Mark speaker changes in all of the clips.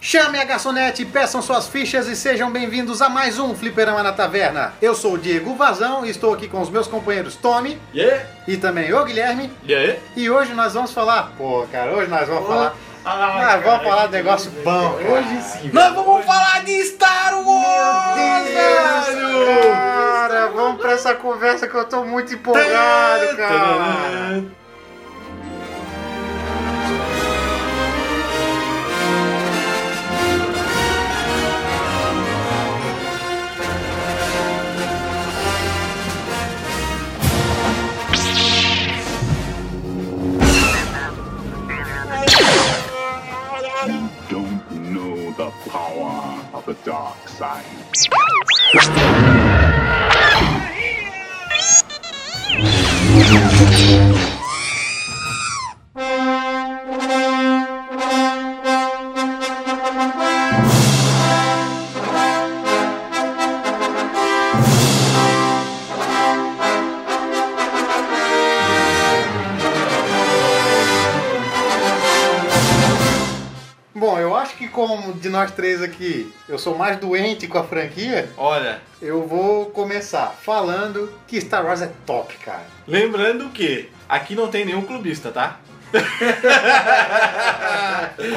Speaker 1: Chame a garçonete, peçam suas fichas e sejam bem-vindos a mais um Fliperama na Taverna. Eu sou o Diego Vazão e estou aqui com os meus companheiros Tony
Speaker 2: E aí?
Speaker 1: e também o Guilherme.
Speaker 2: E aí?
Speaker 1: E hoje nós vamos falar. Pô, cara, hoje nós vamos falar.
Speaker 2: Ah,
Speaker 1: Nós vamos falar de negócio bom. cara.
Speaker 2: Hoje sim. Nós vamos falar de Star Wars!
Speaker 1: Deus, cara, vamos pra essa conversa que eu tô muito empolgado, cara.
Speaker 3: don't know the power of the dark side.
Speaker 1: Bom, eu acho que como de nós três aqui eu sou mais doente com a franquia,
Speaker 2: Olha,
Speaker 1: eu vou começar falando que Star Wars é top, cara.
Speaker 2: lembrando que aqui não tem nenhum clubista, tá?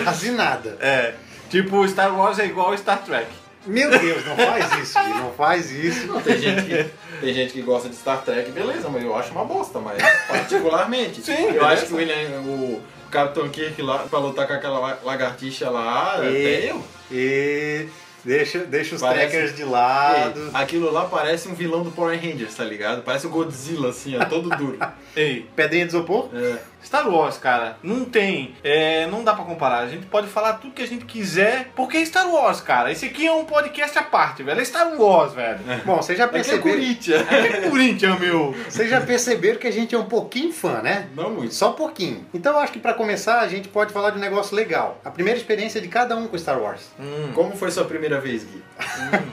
Speaker 1: Quase nada.
Speaker 2: É. Tipo, Star Wars é igual Star Trek.
Speaker 1: Meu Deus, não faz isso, Gui, não faz isso.
Speaker 4: Não, tem gente, que, tem gente que gosta de Star Trek, beleza, mas eu acho uma bosta, mas particularmente.
Speaker 2: Sim,
Speaker 4: eu
Speaker 2: beleza.
Speaker 4: acho que o William, o Capitão Kirk lá, pra lutar com aquela la- lagartixa lá, é,
Speaker 1: E-
Speaker 4: até eu.
Speaker 1: E deixa, deixa os
Speaker 4: Parece-
Speaker 1: trackers de lado.
Speaker 4: Ei, é, aquilo lá parece um vilão do Power Rangers, tá ligado? Parece o Godzilla, assim, ó, todo duro.
Speaker 2: Ei,
Speaker 1: Pedrinha de isopor?
Speaker 4: É.
Speaker 2: Star Wars, cara, não tem. é, não dá pra comparar. A gente pode falar tudo que a gente quiser, porque é Star Wars, cara. Esse aqui é um podcast à parte, velho. É Star Wars, velho.
Speaker 1: Bom, vocês já,
Speaker 4: Aqui é
Speaker 1: perceberam,
Speaker 4: Corinthians.
Speaker 2: É Corinthians, meu.
Speaker 1: vocês já perceberam que a gente é um pouquinho fã, né?
Speaker 4: Não muito.
Speaker 1: Só um pouquinho. Então eu acho que pra começar a gente pode falar de um negócio legal. A primeira experiência de cada um com Star Wars.
Speaker 4: Como foi sua primeira vez, Gui?
Speaker 2: Hum,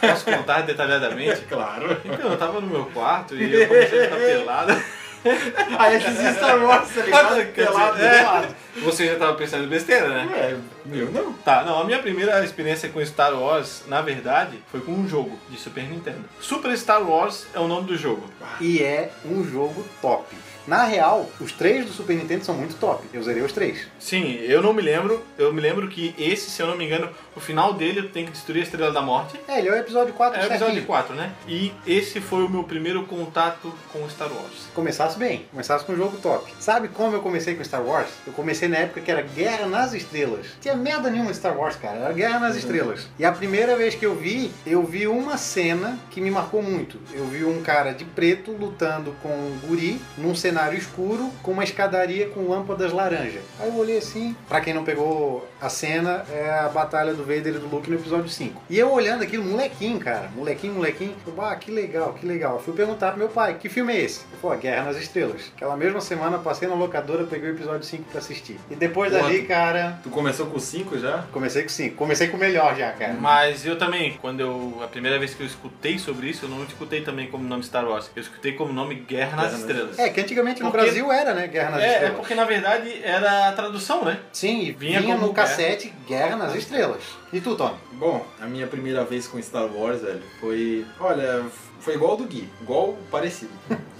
Speaker 2: Posso contar detalhadamente?
Speaker 4: Claro.
Speaker 2: Então, eu tava no meu quarto e eu comecei a ficar pelado.
Speaker 4: Aí esses Star Wars, tá ligado?
Speaker 2: Quer dizer,
Speaker 4: Pelado do
Speaker 2: é.
Speaker 4: lado.
Speaker 2: Você já tava pensando em besteira, né?
Speaker 4: É, meu, não.
Speaker 2: Tá, não, a minha primeira experiência com Star Wars, na verdade, foi com um jogo de Super Nintendo. Super Star Wars é o nome do jogo.
Speaker 1: E é um jogo top. Na real, os três do Super Nintendo são muito top. Eu zerei os três.
Speaker 2: Sim, eu não me lembro, eu me lembro que esse, se eu não me engano, o final dele tem que destruir a Estrela da Morte.
Speaker 1: É, ele é o episódio 4
Speaker 2: É o
Speaker 1: certinho.
Speaker 2: episódio 4, né? E esse foi o meu primeiro contato com Star Wars.
Speaker 1: Começasse bem, começasse com um jogo top. Sabe como eu comecei com Star Wars? Eu comecei na época que era Guerra nas Estrelas. Tinha merda nenhuma de Star Wars, cara. Era Guerra nas Estrelas. E a primeira vez que eu vi, eu vi uma cena que me marcou muito. Eu vi um cara de preto lutando com um guri num cenário escuro com uma escadaria com lâmpadas laranja. Aí eu olhei assim. Pra quem não pegou a cena, é a batalha do Vader e do Luke no episódio 5. E eu olhando aquilo, molequinho, cara. Molequinho, molequinho. Eu, ah, que legal, que legal. Eu fui perguntar pro meu pai, que filme é esse? Ele falou, "Ah, Guerra nas Estrelas. Aquela mesma semana, passei na locadora, peguei o episódio 5 pra assistir. E depois
Speaker 4: Boa.
Speaker 1: dali, cara,
Speaker 4: Tu começou com 5 já?
Speaker 1: comecei com 5. Comecei com o melhor já, cara.
Speaker 2: Mas eu também, quando eu. A primeira vez que eu escutei sobre isso, eu não escutei também como nome Star Wars. Eu escutei como nome Guerra nas
Speaker 4: Guerra nas
Speaker 2: Estrelas.
Speaker 1: É, que antigamente no
Speaker 2: Porque-
Speaker 1: Brasil era, né? Guerra nas
Speaker 2: É, é
Speaker 1: Estrelas.
Speaker 2: porque na verdade era a tradução, né?
Speaker 1: Sim, e vinha,
Speaker 2: Vinha como
Speaker 1: no
Speaker 2: Guerra.
Speaker 1: cassete Guerra nas Estrelas. E tu, Tony?
Speaker 4: Bom, a minha primeira vez com Star Wars, velho, foi. Olha, foi igual ao do Gui, igual parecido.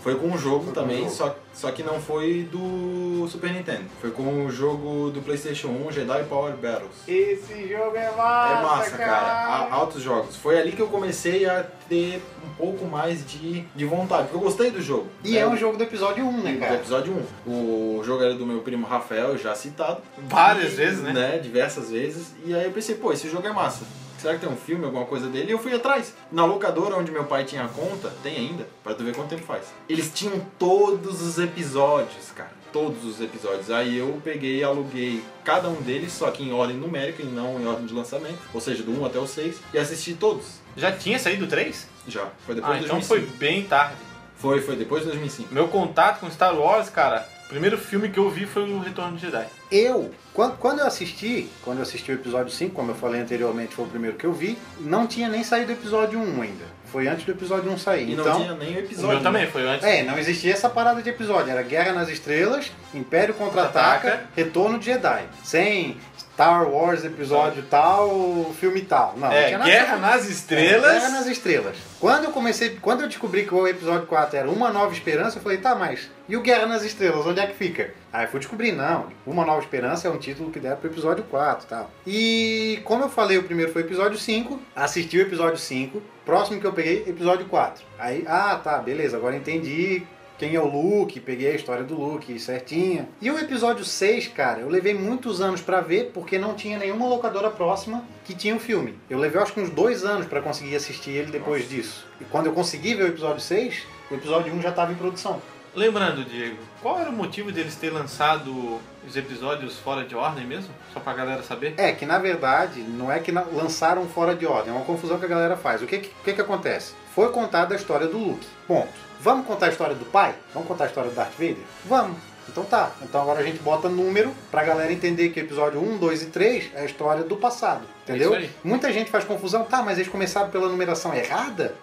Speaker 4: Foi com um jogo
Speaker 1: Foi com
Speaker 4: também,
Speaker 1: um jogo.
Speaker 4: Só, só que não foi do Super Nintendo. Foi com o jogo do PlayStation 1, Jedi Power Battles.
Speaker 1: Esse jogo é
Speaker 4: é massa, cara. A- altos jogos. Foi ali que eu comecei a ter um pouco mais de, de vontade, porque eu gostei do jogo.
Speaker 1: E é um jogo do episódio 1, né,
Speaker 4: do
Speaker 1: cara?
Speaker 4: episódio 1. O jogo era do meu primo Rafael, já citado.
Speaker 2: Várias
Speaker 1: Hum,
Speaker 4: E,
Speaker 2: vezes, né?
Speaker 4: Diversas vezes. E aí eu pensei, pô, esse jogo é massa. Será que tem um filme, alguma coisa dele? E eu fui atrás. Na locadora onde meu pai tinha a conta, tem ainda, pra tu ver quanto tempo faz. Eles tinham todos os episódios, cara. Todos os episódios. Aí eu peguei e aluguei cada um deles, só que em ordem numérica e não em ordem de lançamento. Ou seja, do 1 até o 6. E assisti todos.
Speaker 2: Já tinha saído três?
Speaker 4: Já. Foi depois
Speaker 2: Ah,
Speaker 4: de
Speaker 2: então
Speaker 4: 2005.
Speaker 2: foi bem tarde.
Speaker 4: Foi, foi depois de 2005.
Speaker 2: Meu contato com Star Wars, cara, o primeiro filme que eu vi foi o Retorno de Jedi.
Speaker 1: Eu, quando, quando eu assisti, quando eu assisti o episódio 5, como eu falei anteriormente, foi o primeiro que eu vi, não tinha nem saído o episódio 1 ainda. Foi antes do episódio 1 sair.
Speaker 4: E não
Speaker 1: então,
Speaker 4: tinha nem o
Speaker 2: O
Speaker 4: episódio. né?
Speaker 2: meu tá também, foi antes.
Speaker 1: é, não existia essa parada de episódio. Era Guerra nas Estrelas, Império Contra-Ataca,
Speaker 2: Ataca.
Speaker 1: Retorno de Jedi. Sem Star Wars episódio tal, filme tal. Não, não
Speaker 2: Tá. É,
Speaker 1: tinha nada
Speaker 2: Guerra nas Estrelas.
Speaker 1: Guerra nas Estrelas. Quando eu comecei, quando eu descobri que o episódio 4 era Uma Nova Esperança, eu falei, tá, mas e o Guerra nas Estrelas, onde é que fica? Aí eu fui descobrir, não, Uma Nova Esperança é um título que deram pro episódio 4 e tal. E como eu falei, o primeiro foi o episódio 5, assisti o episódio 5, próximo que eu peguei, episódio 4. Aí, ah, tá, beleza, agora entendi quem é o Luke, peguei a história do Luke certinha. E o episódio 6, cara, eu levei muitos anos pra ver porque não tinha nenhuma locadora próxima que tinha o filme. Eu levei acho que uns dois anos pra conseguir assistir ele depois disso. E quando eu consegui ver o episódio 6, o episódio 1 já tava em produção.
Speaker 2: Lembrando, Diego, qual era o motivo deles ter lançado os episódios fora de ordem mesmo? Só pra galera saber?
Speaker 1: É que na verdade, não é que na- lançaram fora de ordem, é uma confusão que a galera faz. O que que, o que que acontece? Foi contada a história do Luke. Ponto. Vamos contar a história do pai? Vamos contar a história do Darth Vader? Vamos. Então tá. Então agora a gente bota número pra galera entender que episódio 1, 2 e 3 é a história do passado. Entendeu?
Speaker 2: É isso aí.
Speaker 1: Muita gente faz confusão, tá, mas eles começaram pela numeração errada?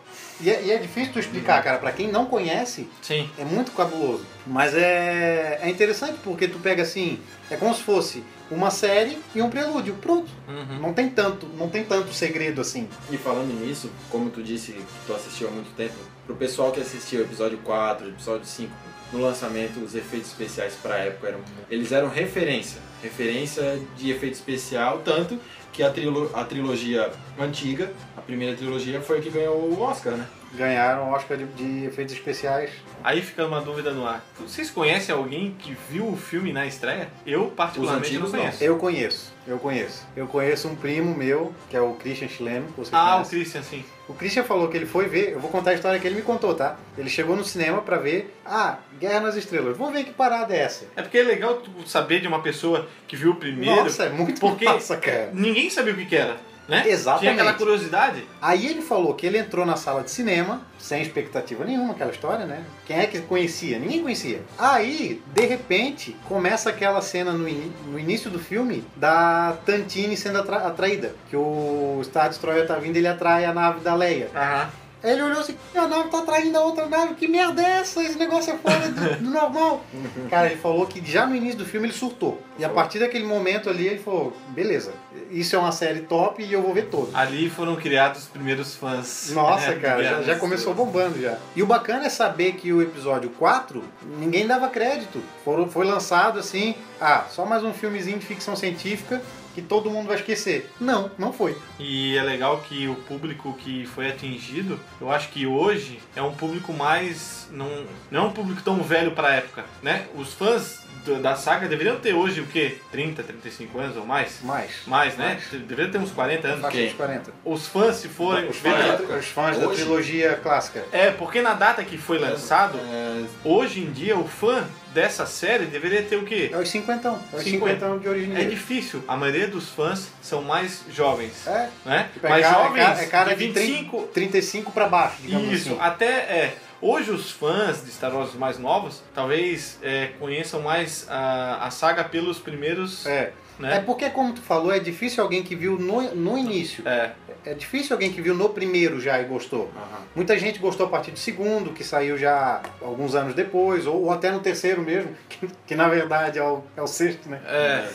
Speaker 1: E é, e é difícil tu
Speaker 2: Uhum.
Speaker 1: explicar, cara. Pra quem não conhece,
Speaker 2: Sim.
Speaker 1: é muito cabuloso. Mas é, é interessante porque tu pega assim, é como se fosse uma série e um prelúdio. Pronto.
Speaker 2: Uhum.
Speaker 1: Não tem tanto, não tem tanto segredo assim.
Speaker 4: E falando nisso, como tu disse que tu assistiu há muito tempo, pro pessoal que assistiu o episódio 4, o episódio 5, no lançamento, os efeitos especiais pra época eram. Eles eram referência. Referência de efeito especial, tanto que a, trilo- a trilogia antiga, a primeira trilogia, foi a que ganhou o Oscar, né?
Speaker 1: Ganharam o Oscar de, de efeitos especiais.
Speaker 2: Aí fica uma dúvida no ar. Vocês conhecem alguém que viu o filme na estreia? Eu, particularmente,
Speaker 4: antigos,
Speaker 2: não
Speaker 4: não.
Speaker 2: conheço.
Speaker 1: Eu conheço, eu conheço. Eu conheço um primo meu, que é o Christian Schlemmer, que você
Speaker 2: Ah, o
Speaker 1: conhece.
Speaker 2: Christian, sim.
Speaker 1: O Christian falou que ele foi ver, eu vou contar a história que ele me contou, tá? Ele chegou no cinema pra ver, ah, Guerra nas Estrelas, vamos ver que parada é essa.
Speaker 2: É porque é legal tu saber de uma pessoa que viu o primeiro.
Speaker 1: Nossa, é muito
Speaker 2: porque-
Speaker 1: massa, cara.
Speaker 2: Ninguém sabia o que, que era, né? Tinha
Speaker 1: Exatamente.
Speaker 2: aquela curiosidade.
Speaker 1: Aí ele falou que ele entrou na sala de cinema, sem expectativa nenhuma, aquela história, né? Quem é que conhecia? Ninguém conhecia. Aí, de repente, começa aquela cena no, ini- no início do filme da Tantine sendo atra- atraída. Que o Star Destroyer tá vindo e ele atrai a nave da Leia.
Speaker 2: Aham.
Speaker 1: Aí ele olhou assim, a nave tá atraindo a outra nave, que merda é essa? Esse negócio é fora do, do normal. Cara, ele falou que já no início do filme ele surtou. E a partir daquele momento ali ele falou, beleza, isso é uma série top e eu vou ver todos.
Speaker 2: Ali foram criados os primeiros fãs.
Speaker 1: Nossa,
Speaker 2: né, do
Speaker 1: cara, já,
Speaker 2: Guerra
Speaker 1: já
Speaker 2: nas
Speaker 1: começou
Speaker 2: Estrelas.
Speaker 1: bombando já. E o bacana é saber que o episódio 4, ninguém dava crédito. Foram- foi lançado assim, ah, só mais um filmezinho de ficção científica que todo mundo vai esquecer. Não, não foi.
Speaker 2: E é legal que o público que foi atingido, eu acho que hoje é um público mais. Não, não é um público tão velho pra época, né? Os fãs do- da saga deveriam ter hoje o quê? 30, 35 anos ou mais?
Speaker 1: Mas,
Speaker 2: Mais, né? Deveriam ter uns 40 anos.
Speaker 1: faixa dos 40.
Speaker 2: Os fãs, se forem.
Speaker 4: Os fãs.
Speaker 2: Verdade.
Speaker 1: Os fãs da
Speaker 4: Hoje?
Speaker 1: trilogia clássica.
Speaker 2: É, porque na data que foi lançado,
Speaker 4: É,
Speaker 2: hoje em dia o fã dessa série deveria ter o quê?
Speaker 1: É os 50, é os
Speaker 2: 50.
Speaker 1: 50 de origem
Speaker 2: É
Speaker 1: dele.
Speaker 2: difícil. A maioria dos fãs são mais jovens,
Speaker 1: É,
Speaker 2: né?
Speaker 1: tipo, é
Speaker 2: Mais
Speaker 1: cara- é
Speaker 2: jovens,
Speaker 1: cara- é cara
Speaker 2: de
Speaker 1: de 30.
Speaker 2: 25
Speaker 1: 35 pra baixo, digamos
Speaker 2: Isso,
Speaker 1: assim.
Speaker 2: até é. Hoje os fãs de Star Wars mais novos talvez é, conheçam mais a, a saga pelos primeiros. É.
Speaker 1: É. é
Speaker 2: Né?
Speaker 1: porque, como tu falou, é difícil alguém que viu no, no início.
Speaker 2: É.
Speaker 1: É difícil alguém que viu no primeiro já e gostou.
Speaker 4: aham.
Speaker 1: Muita gente gostou a partir do segundo, que saiu já alguns anos depois, ou, ou até no terceiro mesmo, que, que na verdade é o, é o sexto, né?
Speaker 2: é.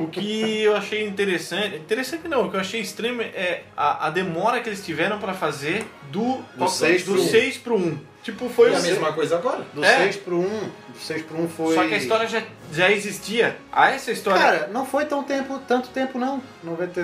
Speaker 2: O que eu achei interessante. Interessante não, o que eu achei extremo é a, a demora que eles tiveram pra fazer do,
Speaker 4: Do seis
Speaker 2: do
Speaker 4: pro um.
Speaker 2: 6 pro 1. Tipo, foi
Speaker 4: e a
Speaker 2: o
Speaker 4: mesma coisa agora.
Speaker 1: Do
Speaker 2: É.
Speaker 1: seis pro um, do seis pro um foi...
Speaker 2: Só que a história já, já existia. Ah, essa história
Speaker 1: Cara, não foi tão tempo, tanto tempo não.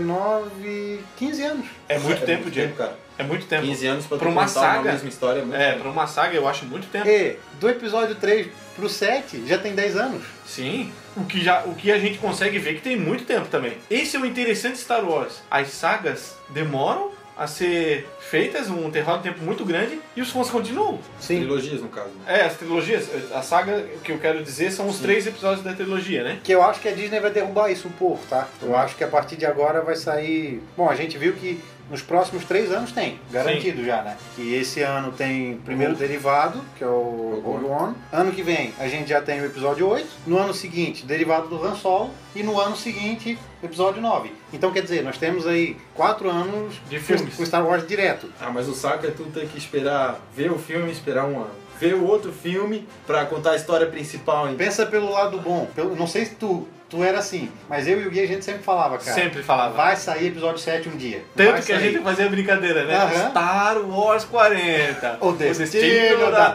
Speaker 1: 99, 15 anos.
Speaker 2: é muito
Speaker 4: É
Speaker 2: tempo,
Speaker 4: muito
Speaker 2: Diego.
Speaker 4: cara.
Speaker 2: É muito tempo.
Speaker 4: 15 anos pra tu
Speaker 2: Pra uma
Speaker 4: contar
Speaker 2: saga.
Speaker 4: uma mesma história. é muito
Speaker 2: É,
Speaker 4: tempo.
Speaker 2: pra uma saga eu acho muito tempo.
Speaker 1: E do episódio 3 pro 7 já tem 10 anos.
Speaker 2: Sim, o que, já, o que a gente consegue ver é que tem muito tempo também. Esse é o interessante de Star Wars. As sagas demoram a ser feitas, um intervalo de tempo muito grande, e os fãs continuam.
Speaker 1: Sim.
Speaker 4: Trilogias, no caso. né?
Speaker 2: É, as trilogias, a saga que eu quero dizer são os três episódios da trilogia, né?
Speaker 1: Que eu acho que a Disney vai derrubar isso um pouco, tá? Eu acho que a partir de agora vai sair. Bom, a gente viu que nos próximos três anos tem, garantido já, né? Que esse ano tem o primeiro
Speaker 4: Uhum.
Speaker 1: derivado, que é o
Speaker 4: Rogue One.
Speaker 1: Rogue One. Ano que vem a gente já tem o episódio 8. No ano seguinte, derivado do Han Solo. E no ano seguinte, episódio 9. Então quer dizer, nós temos aí quatro anos
Speaker 2: De
Speaker 1: com-
Speaker 2: filmes.
Speaker 1: com Star Wars direto.
Speaker 4: Ah, mas o saco é tu ter que esperar ver o filme e esperar um ano. ver o outro filme pra contar a história principal. Então.
Speaker 1: Pensa pelo lado bom. Pelo- não sei se tu, tu era assim, mas eu e o Gui a gente sempre falava, cara.
Speaker 2: Sempre falava.
Speaker 1: Vai sair episódio 7 um dia.
Speaker 2: Tanto
Speaker 1: Vai
Speaker 2: que a
Speaker 1: sair.
Speaker 2: gente fazia brincadeira, né?
Speaker 1: Aham.
Speaker 2: Star Wars 40.
Speaker 1: O destino da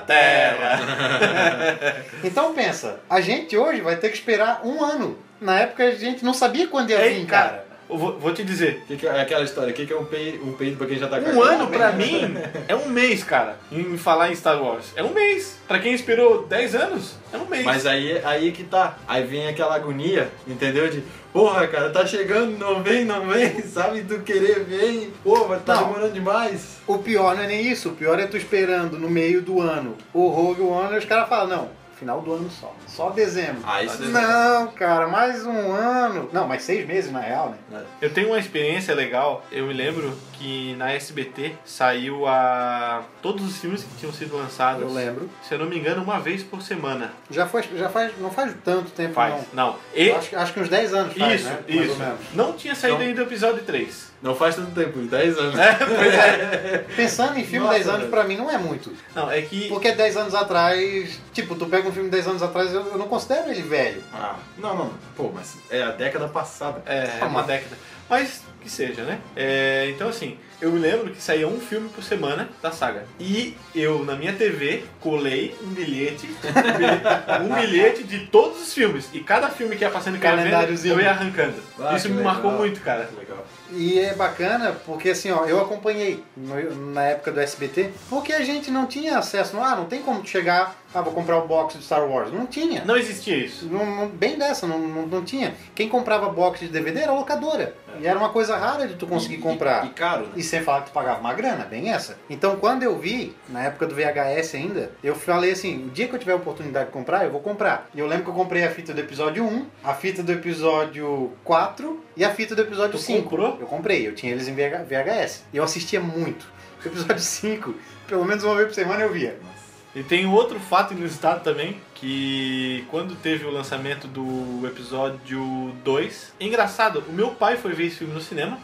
Speaker 1: Então pensa, a gente hoje vai ter que esperar um ano. Na época a gente não sabia quando ia
Speaker 2: Ei,
Speaker 1: vir, cara.
Speaker 2: cara, eu vou, vou te dizer.
Speaker 4: Que que é aquela história? O que, que é um peido, um peido pra quem já tá
Speaker 2: Um ano pra mim é um mês, cara. Em falar em Star Wars. É um mês. Pra quem esperou 10 anos, é um mês.
Speaker 4: Mas aí, aí que tá. Aí vem aquela agonia, entendeu? De, porra, cara, tá chegando, não vem, não vem, sabe? Tu querer vem, pô, mas tá
Speaker 1: Não.
Speaker 4: demorando demais.
Speaker 1: O pior não é nem isso, o pior é tu esperando no meio do ano o Rogue One e os caras falam, não, final do ano só. Só dezembro.
Speaker 4: Ah, isso é
Speaker 1: não, cara, mais um ano. Não, mais seis meses na real, né?
Speaker 2: Eu tenho uma experiência legal. Eu me lembro que na SBT saiu a todos os filmes que tinham sido lançados.
Speaker 1: Eu lembro.
Speaker 2: Se eu não me engano, uma vez por semana.
Speaker 1: Já, foi, já faz, não faz tanto tempo, não.
Speaker 2: Faz. Não. E
Speaker 1: Acho, acho que uns 10 anos faz,
Speaker 2: isso,
Speaker 1: né? Mais
Speaker 2: isso.
Speaker 1: ou menos. Então-
Speaker 2: Não tinha saído
Speaker 4: Não.
Speaker 2: ainda o episódio 3.
Speaker 4: Não faz tanto tempo, 10 anos.
Speaker 1: Pensando em filme
Speaker 4: Nossa,
Speaker 1: 10 anos,
Speaker 4: velho.
Speaker 1: pra mim, não é muito.
Speaker 2: Não, é que
Speaker 1: Porque 10 anos atrás, tipo, tu pega um filme 10 anos atrás, eu, eu não considero ele velho.
Speaker 4: Ah, não, não. Pô, mas é a década passada.
Speaker 2: É,
Speaker 1: Ah,
Speaker 2: uma
Speaker 1: mano.
Speaker 2: década. Mas que seja, né? É, então, assim, eu me lembro que saía um filme por semana da saga. E eu, na minha TV, colei um bilhete, um bilhete, um bilhete de todos os filmes. E cada filme que ia passando em cada vez,
Speaker 1: Calendáriozinho.
Speaker 2: eu ia arrancando.
Speaker 4: Ah,
Speaker 2: Isso
Speaker 4: que
Speaker 2: me
Speaker 4: legal.
Speaker 2: marcou muito, cara.
Speaker 4: Legal.
Speaker 1: E é bacana porque assim, ó, eu acompanhei no- na época do SBT, porque a gente não tinha acesso, ah, não tem como tu chegar, ah, vou comprar o box do Star Wars. Não tinha.
Speaker 2: Não existia isso.
Speaker 1: Não- não- bem dessa, não, não, não tinha. Quem comprava box de DVD era a locadora. E era uma coisa rara de tu conseguir
Speaker 4: E-
Speaker 1: comprar.
Speaker 4: E, e caro, né?
Speaker 1: E sem falar que tu pagava uma grana, bem essa. Então quando eu vi, na época do VHS ainda, eu falei assim, o dia que eu tiver a oportunidade de comprar, eu vou comprar. E eu lembro que eu comprei a fita do episódio 1, a fita do episódio 4 e a fita do episódio
Speaker 2: Tu
Speaker 1: 5.
Speaker 2: comprou?
Speaker 1: Eu comprei, eu tinha eles em VH VHS. E eu assistia muito. O episódio 5, pelo menos uma vez por semana eu via.
Speaker 2: E tem um outro fato inusitado também, que quando teve o lançamento do episódio 2, engraçado, o meu pai foi ver esse filme no cinema,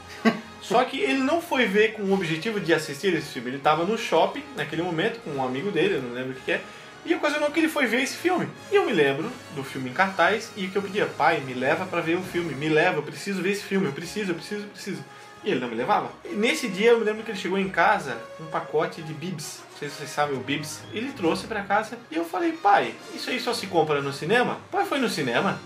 Speaker 2: só que ele não foi ver com o objetivo de assistir esse filme, ele tava no shopping naquele momento com um amigo dele, eu não lembro o que que é, e ocasionou que ele foi ver esse filme. E eu me lembro do filme em cartaz e que eu pedia, pai, me leva pra ver o filme, me leva, eu preciso ver esse filme, eu preciso, eu preciso, eu preciso. E ele não me levava. E nesse dia eu me lembro que ele chegou em casa com um pacote de bibs. Não sei se vocês sabem o bibs. Ele trouxe pra casa e eu falei, pai, isso aí só se compra no cinema? Pai foi no cinema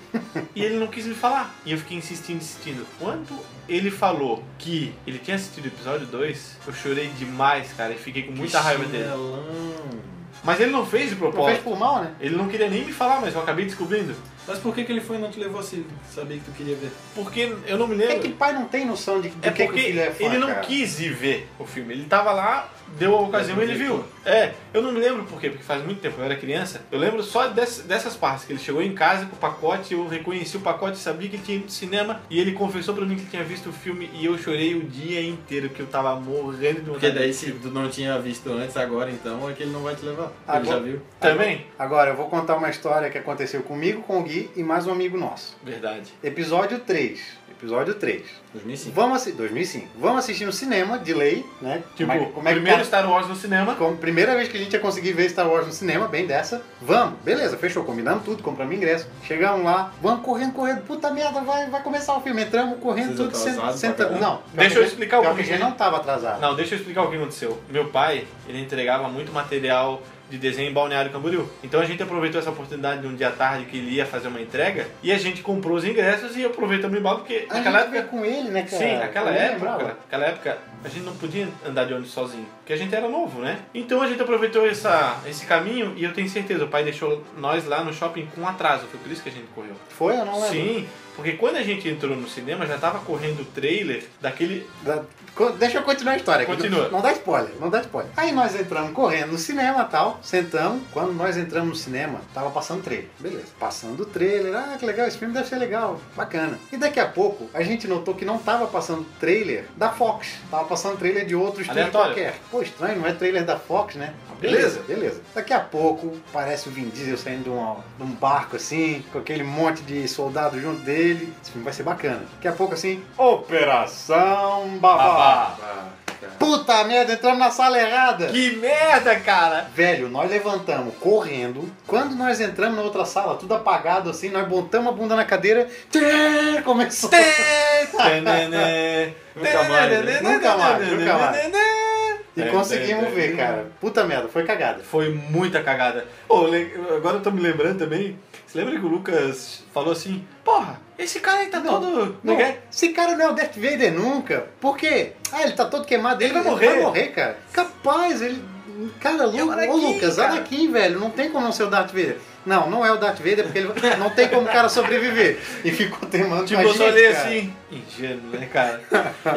Speaker 2: e ele não quis me falar. E eu fiquei insistindo, insistindo. Quando ele falou que ele tinha assistido o episódio 2, eu chorei demais, cara, e fiquei com muita raiva dele.
Speaker 4: Chinelão.
Speaker 2: Mas ele não fez de
Speaker 1: Não fez
Speaker 2: propósito.
Speaker 1: por mal, né?
Speaker 2: Ele não queria nem me falar, mas eu acabei descobrindo.
Speaker 4: Mas por que, que ele foi e não te levou se sabia que tu queria ver?
Speaker 2: Porque eu não me
Speaker 1: É
Speaker 2: lembro.
Speaker 1: que pai não tem noção de do
Speaker 2: É
Speaker 1: que, que o
Speaker 2: porque
Speaker 1: filho é fã,
Speaker 2: ele não
Speaker 1: cara.
Speaker 2: quis ir ver o filme. Ele tava lá, deu a ocasião e
Speaker 4: Mas
Speaker 2: ele
Speaker 4: não
Speaker 2: viu. É, eu não me lembro por quê, porque faz muito tempo, eu era criança. Eu lembro só dess- dessas partes, que ele chegou em casa com o pacote, eu reconheci o pacote, sabia que ele tinha ido no cinema, e ele confessou pra mim que tinha visto o filme, e eu chorei o dia inteiro, que eu tava morrendo de
Speaker 4: Porque
Speaker 2: vontade.
Speaker 4: daí se tu não tinha visto antes, agora então, é que ele não vai te levar.
Speaker 1: Agora-
Speaker 4: Ele já viu.
Speaker 2: Também?
Speaker 1: Agora, eu vou contar uma história que aconteceu comigo, com o Gui e mais um amigo nosso.
Speaker 2: Verdade.
Speaker 1: Episódio 3. Episódio 3.
Speaker 4: 2005.
Speaker 1: Vamos assi- 2005. Vamos assistir no cinema, de lei, né?
Speaker 2: Tipo,
Speaker 1: é que- é que
Speaker 2: primeiro
Speaker 1: cara-
Speaker 2: Star Wars no cinema,
Speaker 1: como primeira vez que a gente ia conseguir ver Star Wars no cinema, bem dessa. Vamos, beleza, fechou, combinamos tudo, compramos ingresso. Chegamos lá, vamos correndo, correndo, puta merda, vai, vai começar o filme. Entramos correndo,
Speaker 4: Vocês
Speaker 1: tudo senta,
Speaker 4: atrasados pra
Speaker 1: senta...
Speaker 4: caralho.
Speaker 1: Não, pior
Speaker 2: Deixa
Speaker 1: que
Speaker 2: eu explicar o
Speaker 1: pior que a
Speaker 2: porquê.
Speaker 1: gente não tava atrasado.
Speaker 2: Não, deixa eu explicar o que aconteceu. Meu pai, ele entregava muito material de desenho em Balneário Camboriú. Então a gente aproveitou essa oportunidade de um dia à tarde que ele ia fazer uma entrega e a gente comprou os ingressos e aproveitamos o embalo porque
Speaker 1: A
Speaker 2: naquela
Speaker 1: gente
Speaker 2: época...
Speaker 1: foi com ele, né, cara?
Speaker 2: Sim, naquela
Speaker 1: Eu nem
Speaker 2: época,
Speaker 1: lembrava.
Speaker 2: naquela época a gente não podia andar de ônibus sozinho, porque a gente era novo, né? Então a gente aproveitou essa, esse caminho e eu tenho certeza, o pai deixou nós lá no shopping com atraso, foi por isso que a gente correu.
Speaker 1: Foi, eu não lembro.
Speaker 2: Sim, porque quando a gente entrou no cinema já tava correndo o trailer daquele
Speaker 1: Da- co- Deixa eu continuar a história. aqui.
Speaker 2: Continua.
Speaker 1: Não, não dá spoiler, não dá spoiler. Aí nós entramos correndo no cinema tal, sentamos. Quando nós entramos no cinema, tava passando trailer. Beleza. Passando o trailer. Ah, que legal, esse filme deve ser legal. Bacana. E daqui a pouco, a gente notou que não tava passando trailer da Fox. Tava passando trailer de outro estúdio
Speaker 2: Aleatório.
Speaker 1: qualquer. Pô, estranho, não é trailer da Fox, né?
Speaker 2: beleza.
Speaker 1: Beleza, beleza. Daqui a pouco, parece o Vin Diesel saindo de um, de um barco assim, com aquele monte de soldado junto dele. Esse filme vai ser bacana. Daqui a pouco, assim, Operação Babá.
Speaker 2: babá.
Speaker 4: Ah, cara.
Speaker 1: Puta merda, entramos na sala errada.
Speaker 2: Que merda, cara!
Speaker 1: Velho, nós levantamos correndo. Quando nós entramos na outra sala, tudo apagado assim, nós botamos a bunda na cadeira. tchê, Começou.
Speaker 2: Tananã.
Speaker 4: Nunca mais, né?
Speaker 1: Nunca mais, nunca mais. E
Speaker 2: É,
Speaker 1: conseguimos
Speaker 2: é, é.
Speaker 1: ver, cara. Puta merda, foi cagada.
Speaker 2: Foi muita cagada. Ô, le- agora eu tô me lembrando também. Você lembra que o Lucas falou assim: Porra, esse cara aí tá
Speaker 1: Não,
Speaker 2: todo.
Speaker 1: Não,
Speaker 2: Ninguém-
Speaker 1: esse cara não é o Darth Vader nunca. Por quê? Ah, ele tá todo queimado.
Speaker 2: Ele vai morrer.
Speaker 1: Ele vai morrer, cara. Capaz, ele... Cara,
Speaker 2: É o
Speaker 1: Lu...
Speaker 2: Anakin,
Speaker 1: ô Lucas,
Speaker 2: cara.
Speaker 1: Anakin, velho, não tem como não ser o Darth Vader. Não, não é o Darth Vader, porque ele não tem como o cara sobreviver. E ficou teimando
Speaker 2: Tipo,
Speaker 1: com a
Speaker 2: eu só
Speaker 1: gente,
Speaker 2: olhei
Speaker 1: cara.
Speaker 2: assim. Ingênuo, né, cara?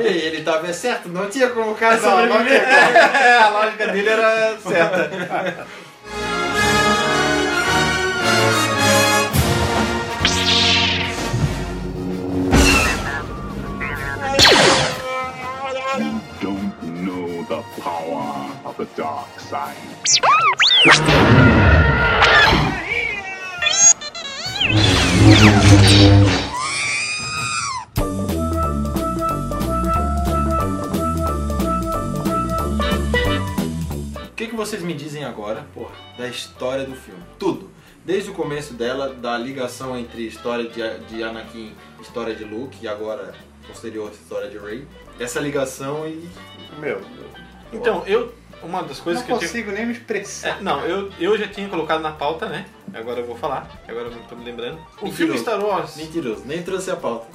Speaker 4: E ele tava é certo, não tinha como o cara
Speaker 1: Não, não
Speaker 4: sobreviver.
Speaker 2: É, a lógica dele era certa.
Speaker 3: You don't know the power of the dark side.
Speaker 4: O que, que vocês me dizem agora, porra, da história do filme? Tudo. Desde o começo dela, da ligação entre história de, de Anakin, história de Luke e agora, posterior, história de Rey. Essa ligação e...
Speaker 1: Meu,
Speaker 2: Então, eu. Uma das coisas
Speaker 1: não
Speaker 2: que eu tinha.
Speaker 1: consigo nem me expressar.
Speaker 2: É, não, eu, eu já tinha colocado na pauta, né? Agora eu vou falar, agora eu tô me lembrando. O
Speaker 4: Mentiroso.
Speaker 2: filme Star Wars.
Speaker 4: Mentiroso, nem trouxe a pauta.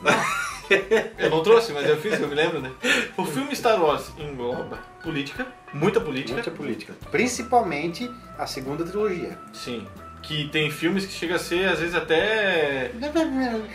Speaker 2: Eu não trouxe, mas eu fiz, eu me lembro, né? O filme Star Wars engloba política, muita política.
Speaker 1: Muita É, política. Principalmente a segunda trilogia.
Speaker 2: Sim. Que tem filmes que chega a ser, às vezes, até.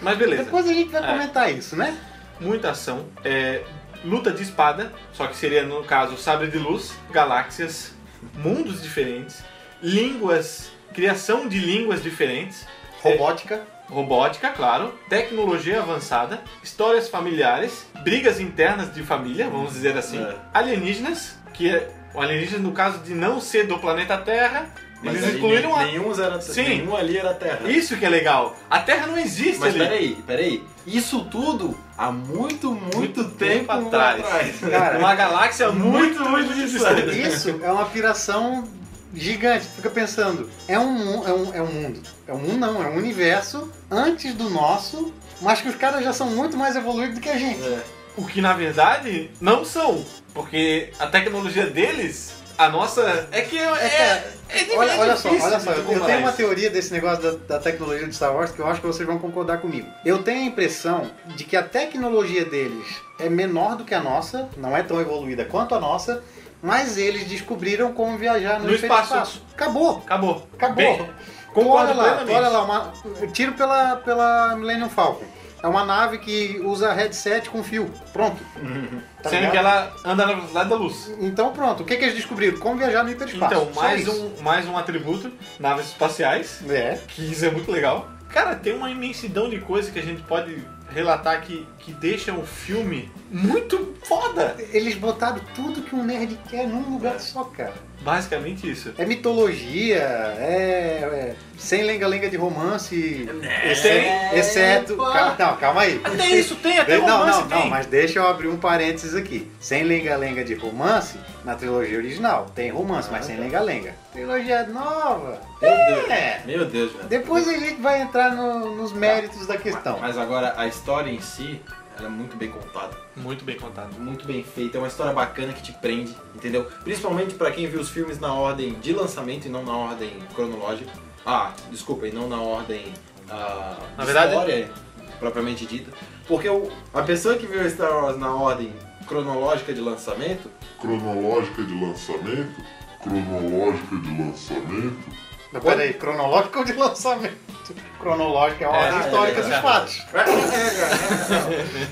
Speaker 2: Mas beleza.
Speaker 1: Depois a gente vai
Speaker 2: É.
Speaker 1: comentar isso, né?
Speaker 2: Muita ação. É, luta de espada, só que seria, no caso, sabre de luz, galáxias, mundos diferentes, línguas, criação de línguas diferentes.
Speaker 1: Robótica.
Speaker 2: Robótica, claro, tecnologia avançada, histórias familiares, brigas internas de família, vamos dizer assim,
Speaker 4: É.
Speaker 2: alienígenas, que é o alienígena no caso de não ser do planeta Terra,
Speaker 4: Mas é
Speaker 2: eles
Speaker 4: ali
Speaker 2: incluíram
Speaker 4: nem-
Speaker 2: a...
Speaker 4: nenhum, era,
Speaker 2: Sim.
Speaker 4: nenhum ali era terra.
Speaker 2: Isso que é legal. A Terra não existe
Speaker 4: Mas
Speaker 2: ali.
Speaker 4: peraí, peraí. Isso tudo há muito, muito,
Speaker 2: Muito
Speaker 4: tempo,
Speaker 2: tempo atrás.
Speaker 1: Cara,
Speaker 2: Uma galáxia muito,
Speaker 4: Muito,
Speaker 2: muito
Speaker 4: muito
Speaker 2: distante.
Speaker 1: Isso é uma piração gigante. Fica pensando, é um, mu- é um, é um mundo. É um mundo não, é um universo antes do nosso, mas que os caras já são muito mais evoluídos do que a gente.
Speaker 4: É.
Speaker 2: O que na verdade não são, porque a tecnologia deles, a nossa, é que é, é, é
Speaker 1: Olha, olha só,
Speaker 2: difícil
Speaker 1: olha
Speaker 2: de
Speaker 1: só,
Speaker 2: tu
Speaker 1: eu
Speaker 2: comparar
Speaker 1: tenho uma
Speaker 2: isso.
Speaker 1: teoria desse negócio da, da tecnologia de Star Wars que eu acho que vocês vão concordar comigo. Eu tenho a impressão de que a tecnologia deles é menor do que a nossa, não é tão evoluída quanto a nossa, mas eles descobriram como viajar no,
Speaker 2: No espaço.
Speaker 1: Acabou,
Speaker 2: Acabou.
Speaker 1: acabou.
Speaker 2: Bem,
Speaker 1: Tu
Speaker 2: Concordo
Speaker 1: olha lá, tu
Speaker 2: plenamente.
Speaker 1: olha lá, uma, eu tiro pela, pela Millennium Falcon. É uma nave que usa headset com fio. Pronto. Tá
Speaker 2: Sendo
Speaker 1: ligado?
Speaker 2: que ela anda na velocidade da luz.
Speaker 1: Então pronto, o que, que eles descobriram? Como viajar no hiperespaço.
Speaker 2: Então,
Speaker 1: Só
Speaker 2: mais
Speaker 1: isso.
Speaker 2: um, mais um atributo, naves espaciais,
Speaker 1: É.
Speaker 2: que isso é muito legal. Cara, tem uma imensidão de coisas que a gente pode relatar que, que deixa o filme muito foda.
Speaker 1: Eles botaram tudo que um nerd quer num lugar só, cara.
Speaker 2: Basicamente isso.
Speaker 1: É mitologia, é. é- sem lenga-lenga de romance.
Speaker 2: Tem-
Speaker 1: Exceto. Calma, não, calma aí.
Speaker 2: Até isso tem,
Speaker 4: É
Speaker 2: até
Speaker 1: não,
Speaker 2: romance
Speaker 1: não,
Speaker 2: tem.
Speaker 1: não, mas deixa eu abrir um parênteses aqui. Sem lenga-lenga de romance, na trilogia original, tem romance, mas
Speaker 4: Ah, tá.
Speaker 1: sem lenga-lenga. Trilogia nova.
Speaker 4: Meu Deus.
Speaker 1: É.
Speaker 4: Meu Deus, velho.
Speaker 1: Depois a gente vai entrar no- nos méritos da questão.
Speaker 4: Mas agora, a história em si, ela é muito bem contada.
Speaker 2: Muito bem contado.
Speaker 4: muito bem feita, é uma história bacana que te prende, entendeu? Principalmente pra quem viu os filmes na ordem de lançamento e não na ordem cronológica. Ah, desculpa, e não na ordem ah,
Speaker 2: Na
Speaker 4: de
Speaker 2: verdade-
Speaker 4: história propriamente dita. Porque o- a pessoa que viu Star Wars na ordem cronológica de lançamento,
Speaker 5: cronológica de lançamento, cronológica de lançamento,
Speaker 1: Não, Peraí, cronológico ou de lançamento? Cronológico é a ordem
Speaker 4: É,
Speaker 1: histórica
Speaker 4: é,
Speaker 1: dos
Speaker 4: é.
Speaker 1: fatos.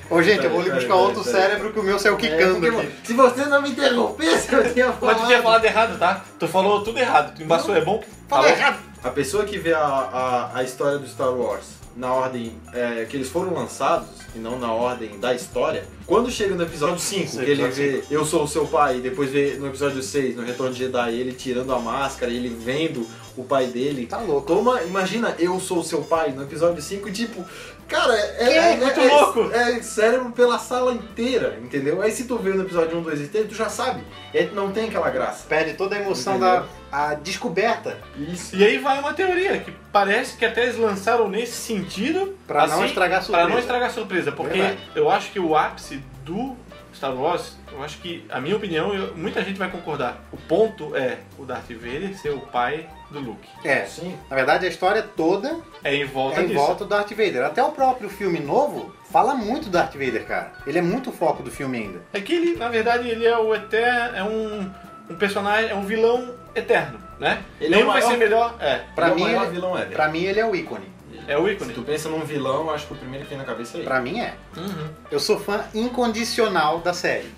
Speaker 1: Ô, gente, eu vou lhe buscar
Speaker 4: Peraí,
Speaker 1: outro
Speaker 4: peraí, peraí.
Speaker 1: cérebro que o meu saiu quicando
Speaker 4: É, porque
Speaker 1: aqui.
Speaker 4: se você não me interrompesse, eu tinha falado.
Speaker 2: Mas tu tinha falado errado, tá? Tu falou tudo errado. Tu embaçou, é bom?
Speaker 1: Falei
Speaker 2: Falou.
Speaker 1: errado.
Speaker 4: A pessoa que vê a, a, a história do Star Wars na ordem é, que eles foram lançados e não na ordem da história, quando chega no episódio 5,
Speaker 2: Sim,
Speaker 4: que ele
Speaker 2: episódio
Speaker 4: vê Eu Sou o Seu Pai, e depois vê no episódio 6, no Retorno de Jedi, ele tirando a máscara, ele vendo o pai dele.
Speaker 1: Tá louco.
Speaker 4: Toma, imagina Eu Sou o Seu Pai no episódio 5, tipo, cara, é, é,
Speaker 2: muito
Speaker 4: é-
Speaker 2: louco.
Speaker 4: é cérebro pela sala inteira, entendeu? Aí se tu vê no episódio 1, 2 e 3, tu já sabe, é, não tem aquela graça.
Speaker 1: Perde toda a emoção da a descoberta
Speaker 4: Isso.
Speaker 2: E aí vai uma teoria que parece que até eles lançaram nesse sentido
Speaker 4: Ah,
Speaker 1: pra não
Speaker 2: assim,
Speaker 1: estragar a
Speaker 2: Pra
Speaker 1: surpresa.
Speaker 2: não estragar a surpresa, porque
Speaker 1: Verdade.
Speaker 2: eu acho que o ápice do Star Wars, eu acho que, a minha opinião, eu- muita gente vai concordar. O ponto é o Darth Vader ser o pai do Luke.
Speaker 1: É.
Speaker 4: Sim.
Speaker 1: Na verdade, a história toda
Speaker 2: É em volta
Speaker 1: é em
Speaker 2: disso.
Speaker 1: volta do Darth Vader. Até o próprio filme novo fala muito do Darth Vader, cara. Ele é muito o foco do filme ainda.
Speaker 2: É que ele, na verdade, ele é o eterno, é um, um personagem, é um vilão eterno, né?
Speaker 4: Ele
Speaker 2: Nem
Speaker 4: é o
Speaker 2: vai
Speaker 4: maior-
Speaker 2: ser melhor, é.
Speaker 1: Pra
Speaker 4: Ele é
Speaker 1: mim,
Speaker 4: o maior
Speaker 1: ele-
Speaker 4: vilão ever.
Speaker 1: Pra mim, ele é o ícone.
Speaker 2: É o
Speaker 4: Se
Speaker 2: ícone.
Speaker 4: tu pensa num vilão, eu acho que o primeiro que vem na cabeça é ele.
Speaker 1: Pra mim é.
Speaker 2: Uhum.
Speaker 1: Eu sou fã incondicional da série.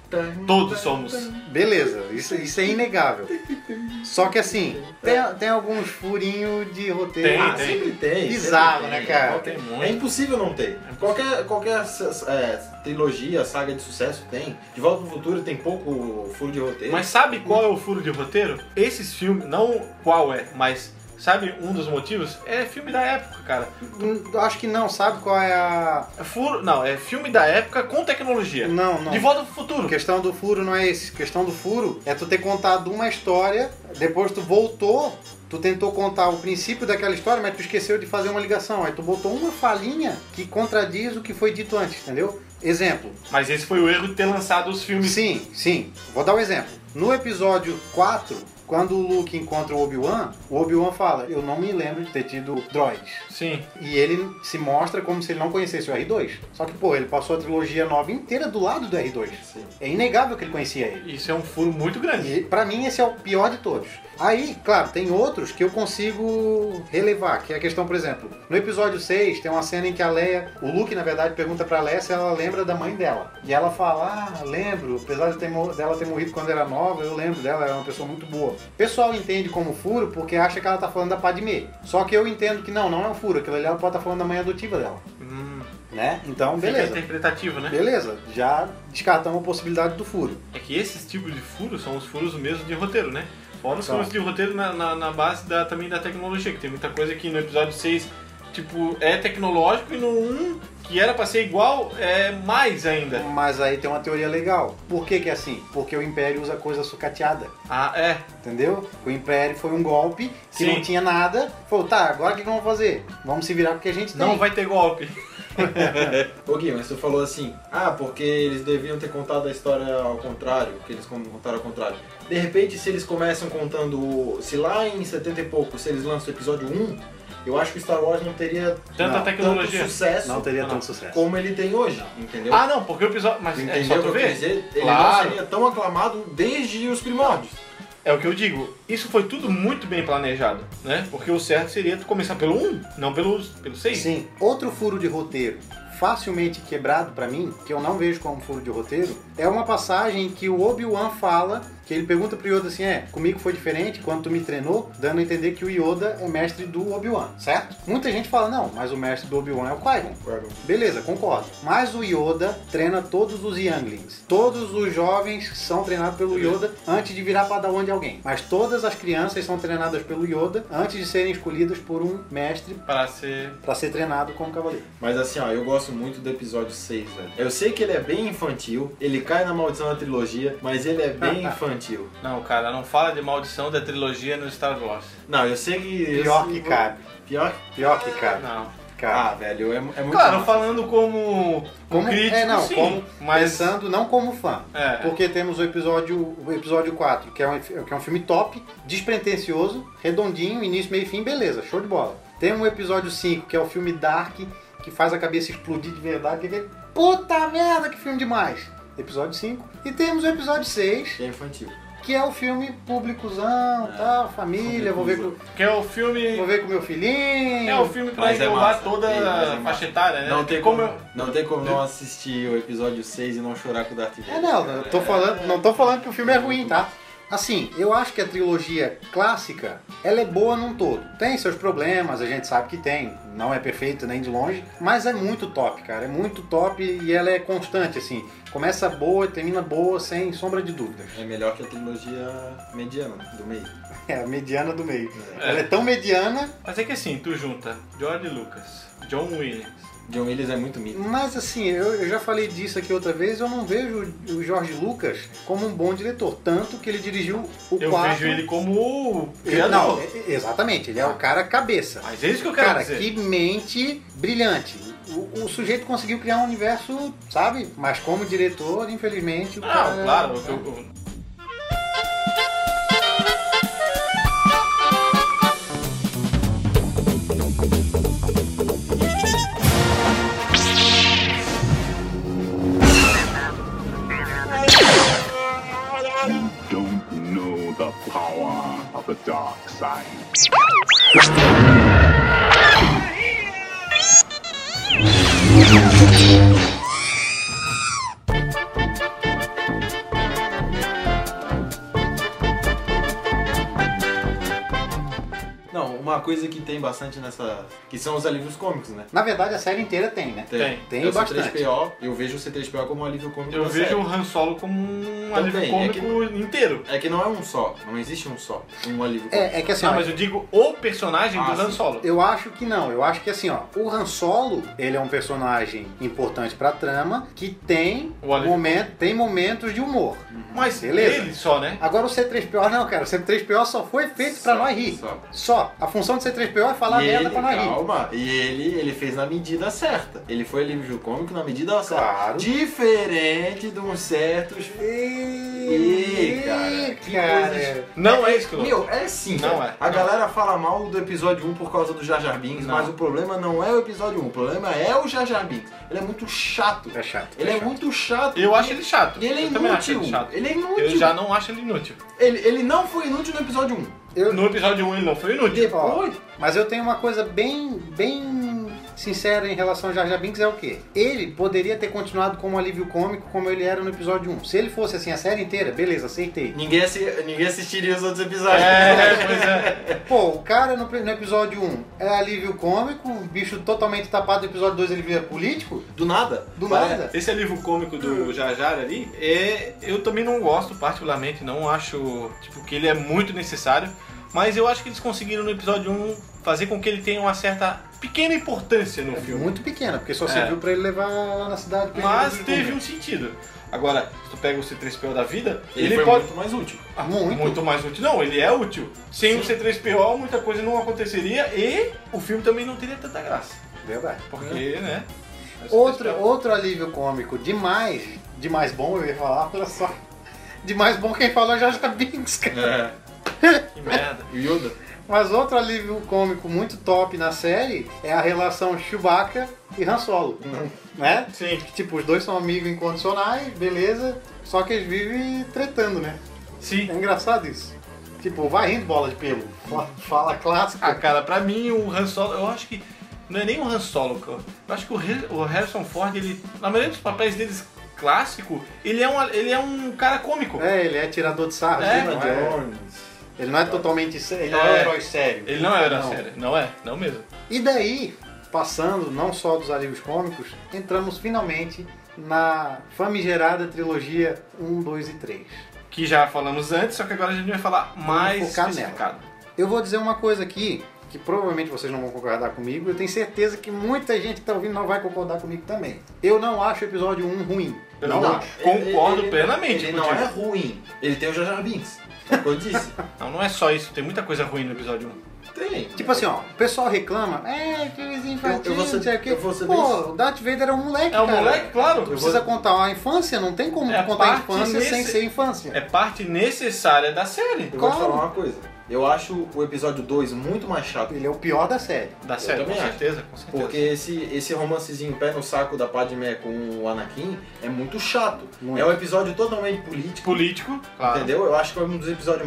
Speaker 2: Todos
Speaker 4: um
Speaker 2: somos.
Speaker 1: Beleza, isso, isso é inegável. Só que assim, tem, tem alguns furinhos de roteiro.
Speaker 2: Tem,
Speaker 4: Ah,
Speaker 1: Ah,
Speaker 4: sempre tem.
Speaker 1: Bizarro,
Speaker 4: sempre tem.
Speaker 1: né, cara?
Speaker 4: Qualquer-
Speaker 2: Tem muito.
Speaker 4: É impossível não ter. Qualquer, qualquer é, trilogia, saga de sucesso tem. De Volta pro Futuro tem pouco furo de roteiro.
Speaker 2: Mas sabe qual é o furo de roteiro? Esses filmes, não qual é, mas sabe um dos motivos? É filme da época, cara.
Speaker 1: hum, Acho que não, sabe qual é a.
Speaker 2: É furo, não, é filme da época com tecnologia.
Speaker 1: Não, não.
Speaker 2: É. De volta pro futuro.
Speaker 1: A questão do furo não é esse. A questão do furo é tu ter contado uma história, depois tu voltou, tu tentou contar o princípio daquela história, mas tu esqueceu de fazer uma ligação. Aí tu botou uma falinha que contradiz o que foi dito antes, entendeu? Exemplo.
Speaker 2: Mas esse foi o erro de ter lançado os filmes.
Speaker 1: Sim, sim. Vou dar um exemplo. No episódio 4, quando o Luke encontra o Obi-Wan, o Obi-Wan fala: Eu não me lembro de ter tido droids.
Speaker 2: Sim.
Speaker 1: E ele se mostra como se ele não conhecesse o R2. Só que, pô, ele passou a trilogia nova inteira do lado do R2.
Speaker 4: Sim.
Speaker 1: É inegável que ele conhecia ele.
Speaker 2: Isso é um furo muito grande.
Speaker 1: E pra mim esse é o pior de todos. Aí, claro, tem outros que eu consigo relevar, que é a questão, por exemplo, no episódio 6 tem uma cena em que a Leia, o Luke na verdade pergunta pra Leia se ela lembra da mãe dela. E ela fala: "Ah, lembro, apesar de ter mor- dela ter morrido quando era nova, eu lembro dela, era uma pessoa muito boa". O pessoal entende como furo porque acha que ela tá falando da Padmé. Só que eu entendo que não, não é um furo, aquilo ali ela pode estar falando da mãe adotiva dela,
Speaker 2: Hum,
Speaker 1: né? Então,
Speaker 2: fica
Speaker 1: beleza.
Speaker 2: interpretativo, né?
Speaker 1: Beleza, já descartamos a possibilidade do furo.
Speaker 2: É que esses tipos de furos são os furos mesmo de roteiro, né? Fora os
Speaker 1: São.
Speaker 2: furos de roteiro na, na, na base da, também da tecnologia, que tem muita coisa que no episódio 6, tipo, é tecnológico e no 1, que era pra ser igual, é mais ainda.
Speaker 1: Mas aí tem uma teoria legal. Por que, que é assim? Porque o Império usa coisa sucateada,
Speaker 2: Ah, é.
Speaker 1: entendeu? O Império foi um golpe que
Speaker 2: Sim.
Speaker 1: não tinha nada. Falou, tá, agora o que que vamos fazer? Vamos se virar porque a gente tem.
Speaker 2: Não vai ter golpe.
Speaker 4: Ô Gui, mas tu falou assim, ah, porque eles deviam ter contado a história ao contrário, que eles contaram ao contrário. De repente, se eles começam contando, o- se lá em 70 e pouco, se eles lançam o episódio 1, eu acho que o Star Wars não teria
Speaker 2: Tanta
Speaker 4: não,
Speaker 2: tecnologia.
Speaker 4: tanto sucesso
Speaker 1: Não teria
Speaker 2: Não.
Speaker 1: tanto sucesso.
Speaker 4: como ele tem hoje, entendeu?
Speaker 2: Ah, não, porque o episódio. Mas
Speaker 4: Tu
Speaker 2: é
Speaker 4: Entendeu
Speaker 2: só
Speaker 4: o que
Speaker 2: tu
Speaker 4: eu quis
Speaker 2: ver.
Speaker 4: dizer? Ele
Speaker 2: Claro.
Speaker 4: não seria tão aclamado desde os primórdios.
Speaker 2: É o que eu digo. Isso foi tudo muito bem planejado, né? Porque o certo seria tu começar pelo 1, não pelo, pelo 6.
Speaker 1: Sim. assim? Outro furo de roteiro facilmente quebrado pra mim, que eu não vejo como furo de roteiro, é uma passagem que o Obi-Wan fala, que ele pergunta pro Yoda assim, é, comigo foi diferente quando tu me treinou, dando a entender que o Yoda é mestre do Obi-Wan, certo? Muita gente fala, não, mas o mestre do Obi-Wan é o Qui-Gon. Beleza, concordo. Mas o Yoda treina todos os Younglings. Todos os jovens são treinados pelo Yoda antes de virar padawan de alguém. Mas todas as crianças são treinadas pelo Yoda antes de serem escolhidas por um mestre
Speaker 2: Para ser.
Speaker 1: para ser treinado como cavaleiro.
Speaker 4: Mas assim, ó, eu gosto muito do episódio 6, velho. Eu sei que ele é bem infantil, ele cai na maldição da trilogia, mas ele é bem infantil.
Speaker 2: Não, cara, não fala de maldição da trilogia no Star Wars.
Speaker 4: Não, eu sei que. eu
Speaker 1: Pior
Speaker 4: sei-
Speaker 1: que cabe.
Speaker 4: Pior que.
Speaker 1: Pior que cabe.
Speaker 2: Não.
Speaker 1: Cabe.
Speaker 4: Ah, velho, é, é muito.
Speaker 2: Claro,
Speaker 4: massa.
Speaker 2: falando como,
Speaker 1: Como-
Speaker 2: crítico,
Speaker 1: é, não,
Speaker 2: sim,
Speaker 1: como
Speaker 2: mas
Speaker 1: Pensando não como fã.
Speaker 2: é,
Speaker 1: Porque temos o episódio, o episódio 4, que é, um, que é um filme top, despretensioso, redondinho, início, meio e fim, beleza, show de bola. Tem o episódio 5, que é o filme Dark, que faz a cabeça explodir de verdade, que é aquele, puta merda, que filme demais. Episódio 5. E temos o episódio 6,
Speaker 4: Que é infantil.
Speaker 1: que é o filme públicozão,
Speaker 2: É.
Speaker 1: tal, família, vou ver, com,
Speaker 2: que é o filme
Speaker 1: vou ver com meu filhinho.
Speaker 2: é o filme pra
Speaker 4: Mas é
Speaker 2: englobar
Speaker 4: massa,
Speaker 2: toda
Speaker 4: é, mas é
Speaker 2: a
Speaker 4: massa.
Speaker 2: faixa etária, né?
Speaker 4: Não tem
Speaker 2: como,
Speaker 4: como, não tem como não assistir o episódio 6 e não chorar com o Darth Vader.
Speaker 1: É, não, eu tô falando, não tô falando que o filme é ruim, tá? Assim, eu acho que a trilogia clássica, ela é boa num todo. Tem seus problemas, a gente sabe que tem, não é perfeito nem de longe, mas é muito top, cara, é muito top e ela é constante, assim. Começa boa, termina boa, sem sombra de dúvidas.
Speaker 4: É melhor que a trilogia mediana do meio.
Speaker 1: É a mediana do meio.
Speaker 2: É.
Speaker 1: Ela é tão mediana,
Speaker 2: Mas é que assim, tu junta George Lucas, John Williams,
Speaker 4: John Williams é muito mito.
Speaker 1: mas assim, eu, eu já falei disso aqui outra vez, eu não vejo o Jorge Lucas como um bom diretor, tanto que ele dirigiu o
Speaker 2: eu
Speaker 1: quarto.
Speaker 2: vejo ele é como o
Speaker 1: Ele- não,
Speaker 2: criador.
Speaker 1: e- exatamente, ele é o cara cabeça.
Speaker 2: Mas é isso que eu quero
Speaker 1: Cara,
Speaker 2: dizer.
Speaker 1: que mente brilhante. O, o sujeito conseguiu criar um universo, sabe? Mas como diretor, infelizmente, o
Speaker 2: Não,
Speaker 1: cara...
Speaker 2: claro. eu- eu-
Speaker 3: You don't know the power of the dark side.
Speaker 4: Não, uma coisa que tem bastante nessa. que são os alívios cômicos, né?
Speaker 1: Na verdade, a série inteira tem, né?
Speaker 2: Tem.
Speaker 1: Tem
Speaker 4: É o
Speaker 1: bastante.
Speaker 4: C3PO, eu vejo o C3PO como um alívio cômico.
Speaker 2: Eu
Speaker 4: da
Speaker 2: vejo
Speaker 4: série.
Speaker 2: o Han Solo como um
Speaker 4: Também,
Speaker 2: alívio
Speaker 4: é
Speaker 2: cômico inteiro.
Speaker 4: É que não é um só, não existe um só. Um alívio cômico.
Speaker 1: É, é que assim,
Speaker 2: Não,
Speaker 1: ó,
Speaker 2: Ah, mas eu digo o personagem
Speaker 4: Ah,
Speaker 2: do Han
Speaker 4: sim.
Speaker 2: Solo.
Speaker 1: eu acho que não. Eu acho que assim, ó, o Han Solo, ele é um personagem importante pra trama que tem,
Speaker 2: O alívio. Hum.
Speaker 1: momento, tem momentos de humor.
Speaker 2: Mas
Speaker 1: Beleza.
Speaker 2: ele só, né?
Speaker 1: Agora o C3PO não, cara. O C3PO só foi feito pra
Speaker 4: Só,
Speaker 1: nós rir.
Speaker 4: só.
Speaker 1: Só. A função do C3PO é falar
Speaker 4: e
Speaker 1: merda
Speaker 4: ele,
Speaker 1: pra nós rir.
Speaker 4: calma, e ele, ele fez na medida certa. Ele foi alívio cômico na medida certa.
Speaker 1: Claro.
Speaker 4: Diferente de um uns certos.
Speaker 1: Ih,
Speaker 4: Ih, cara, que coisa
Speaker 2: Não é isso que eu-
Speaker 4: Meu, é sim.
Speaker 2: Não
Speaker 4: cara.
Speaker 2: é.
Speaker 4: A galera fala mal do episódio 1 por causa do Jar Jar Binks,
Speaker 2: Não.
Speaker 4: mas o problema não é o episódio 1, o problema é o Jar Jar Binks. Ele é muito chato.
Speaker 1: É chato.
Speaker 4: Ele é
Speaker 1: chato.
Speaker 4: muito chato.
Speaker 2: Eu acho ele chato.
Speaker 4: E ele é
Speaker 2: eu também acho
Speaker 4: inútil.
Speaker 2: ele chato.
Speaker 4: Ele é inútil.
Speaker 2: Eu já não acho ele inútil.
Speaker 4: Ele, ele não foi inútil no episódio 1.
Speaker 1: Eu-
Speaker 2: No episódio 1 ele não foi inútil.
Speaker 4: Depois,
Speaker 1: Mas eu tenho uma coisa bem, bem sincera em relação ao Jar Jar Binks é o quê? Ele poderia ter continuado como alívio cômico como ele era no episódio 1. Se ele fosse assim a série inteira, beleza, aceitei.
Speaker 4: ninguém, assi- ninguém assistiria os outros episódios.
Speaker 2: É, pois é.
Speaker 1: Pô, o cara no, no episódio 1 é alívio cômico, o bicho totalmente tapado no episódio 2 ele vira político?
Speaker 4: Do nada.
Speaker 1: Do
Speaker 4: Pare-
Speaker 1: nada?
Speaker 2: Esse alívio cômico do Jajar ali, é, eu também não gosto particularmente, não acho tipo, que ele é muito necessário, mas eu acho que eles conseguiram no episódio 1 fazer com que ele tenha uma certa pequena importância no
Speaker 1: É
Speaker 2: filme.
Speaker 1: muito pequena, porque só
Speaker 2: É.
Speaker 1: serviu pra ele levar lá na cidade. pra ele
Speaker 2: Mas
Speaker 1: ver o
Speaker 2: teve
Speaker 1: filme.
Speaker 2: um sentido. Agora, se tu pega o C3PO da vida,
Speaker 4: Ele,
Speaker 2: ele,
Speaker 4: foi
Speaker 2: pode.
Speaker 4: muito mais útil.
Speaker 2: Ah,
Speaker 1: Muito.
Speaker 2: mais útil. Não, ele é útil. Sem o C3PO, muita coisa não aconteceria e o filme também não teria tanta graça.
Speaker 1: Verdade.
Speaker 2: Porque, né?
Speaker 1: Outro,
Speaker 2: C3PO.
Speaker 1: outro alívio cômico demais, demais bom, eu ia falar, olha só. Demais bom quem falou é o Jar Jar Binks, cara.
Speaker 4: É.
Speaker 2: Que merda.
Speaker 4: E o Yoda?
Speaker 1: Mas outro alívio cômico muito top na série é a relação Chewbacca e Han Solo, né?
Speaker 2: Sim.
Speaker 1: Tipo, os dois são amigos incondicionais, beleza, só que eles vivem tretando, né?
Speaker 2: Sim.
Speaker 1: É engraçado isso. Tipo, vai rindo bola de pelo. Fala- Fala clássica.
Speaker 2: Ah, cara, pra mim o Han Solo, eu acho que. Não é nem o Han Solo, cara. Eu acho que o Har- o Harrison Ford, ele. Na maioria dos papéis deles clássico, ele é um, ele é um cara cômico.
Speaker 1: É, ele é tirador de sarro.
Speaker 2: É,
Speaker 1: ele, não é, ele não é totalmente sério, ele não é um
Speaker 2: É.
Speaker 1: herói sério.
Speaker 2: Ele não é era
Speaker 1: Não.
Speaker 2: sério. Não é, não mesmo.
Speaker 1: E daí, passando não só dos alívios cômicos, entramos finalmente na famigerada trilogia 1, 2 e 3.
Speaker 2: Que já falamos antes, só que agora a gente vai falar mais
Speaker 1: focar nela.
Speaker 2: especificado.
Speaker 1: Eu vou dizer uma coisa aqui que provavelmente vocês não vão concordar comigo, eu tenho certeza que muita gente que tá ouvindo não vai concordar comigo também. Eu não acho o episódio 1 ruim.
Speaker 2: Eu
Speaker 1: não,
Speaker 2: não
Speaker 1: acho.
Speaker 2: concordo
Speaker 4: ele-
Speaker 2: plenamente
Speaker 4: Ele não
Speaker 2: contigo.
Speaker 4: é ruim. Ele tem o Jar Jar Binks. É o que eu disse.
Speaker 2: Não, não é só isso, tem muita coisa ruim no episódio 1.
Speaker 4: Tem.
Speaker 1: Tipo assim, ó, o pessoal reclama, é, filmes infantis,
Speaker 4: Eu- eu vou ser-
Speaker 1: não sei o quê.
Speaker 4: eu vou ser bem-
Speaker 1: Pô, o Darth Vader é um moleque,
Speaker 2: É um
Speaker 1: cara.
Speaker 2: moleque, claro.
Speaker 1: Tu precisa contar a infância, não tem como
Speaker 2: É
Speaker 1: contar a
Speaker 2: parte
Speaker 1: infância sem
Speaker 2: nesse-
Speaker 1: ser infância.
Speaker 2: É parte é necessária da série.
Speaker 4: Eu vou
Speaker 1: claro.
Speaker 4: te falar uma coisa. Eu acho o episódio 2 muito mais chato.
Speaker 1: Ele é o pior da série.
Speaker 2: Dá certo, com
Speaker 4: também acho.
Speaker 2: certeza, com certeza.
Speaker 4: Porque esse, esse romancezinho pé no saco da Padmé com o Anakin é muito chato.
Speaker 1: Muito.
Speaker 4: É um episódio totalmente político,
Speaker 2: Político, claro.
Speaker 4: entendeu? Eu acho que é um dos episódios.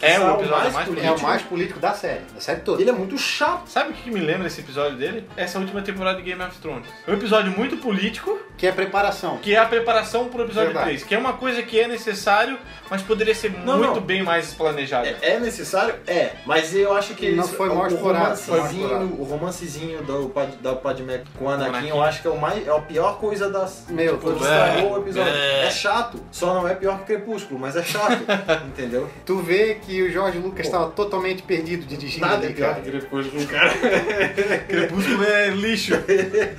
Speaker 2: É o
Speaker 4: quiçá,
Speaker 2: episódio mais
Speaker 1: É o mais político da série, da série toda.
Speaker 4: Ele é muito chato.
Speaker 2: Sabe o que me lembra esse episódio dele? Essa última temporada de Game of Thrones. É um episódio muito político,
Speaker 1: Que é preparação.
Speaker 2: que é a preparação pro episódio
Speaker 1: Verdade.
Speaker 2: 3, que é uma coisa que é necessário, mas poderia ser
Speaker 4: Não,
Speaker 2: muito
Speaker 4: não.
Speaker 2: bem mais planejada.
Speaker 4: É, é necessário? É. Mas eu acho que
Speaker 1: Não
Speaker 4: isso- é
Speaker 1: foi mal
Speaker 4: o
Speaker 1: explorado, foi mal
Speaker 4: romancezinho, o romancezinho do, Pad- da Padmé com o Anakin,
Speaker 2: Anakin.
Speaker 4: eu acho que é, o mais, é a pior coisa das.
Speaker 1: Meu,
Speaker 4: tipo,
Speaker 1: tu-
Speaker 4: estragou o episódio.
Speaker 2: é.
Speaker 4: é chato. Só não é pior que Crepúsculo, mas é chato. entendeu?
Speaker 1: Tu vê que o Jorge Lucas estava totalmente perdido de destino
Speaker 4: Nada é
Speaker 1: ali,
Speaker 4: pior que
Speaker 1: cara.
Speaker 4: Crepúsculo, cara.
Speaker 2: Crepúsculo é lixo.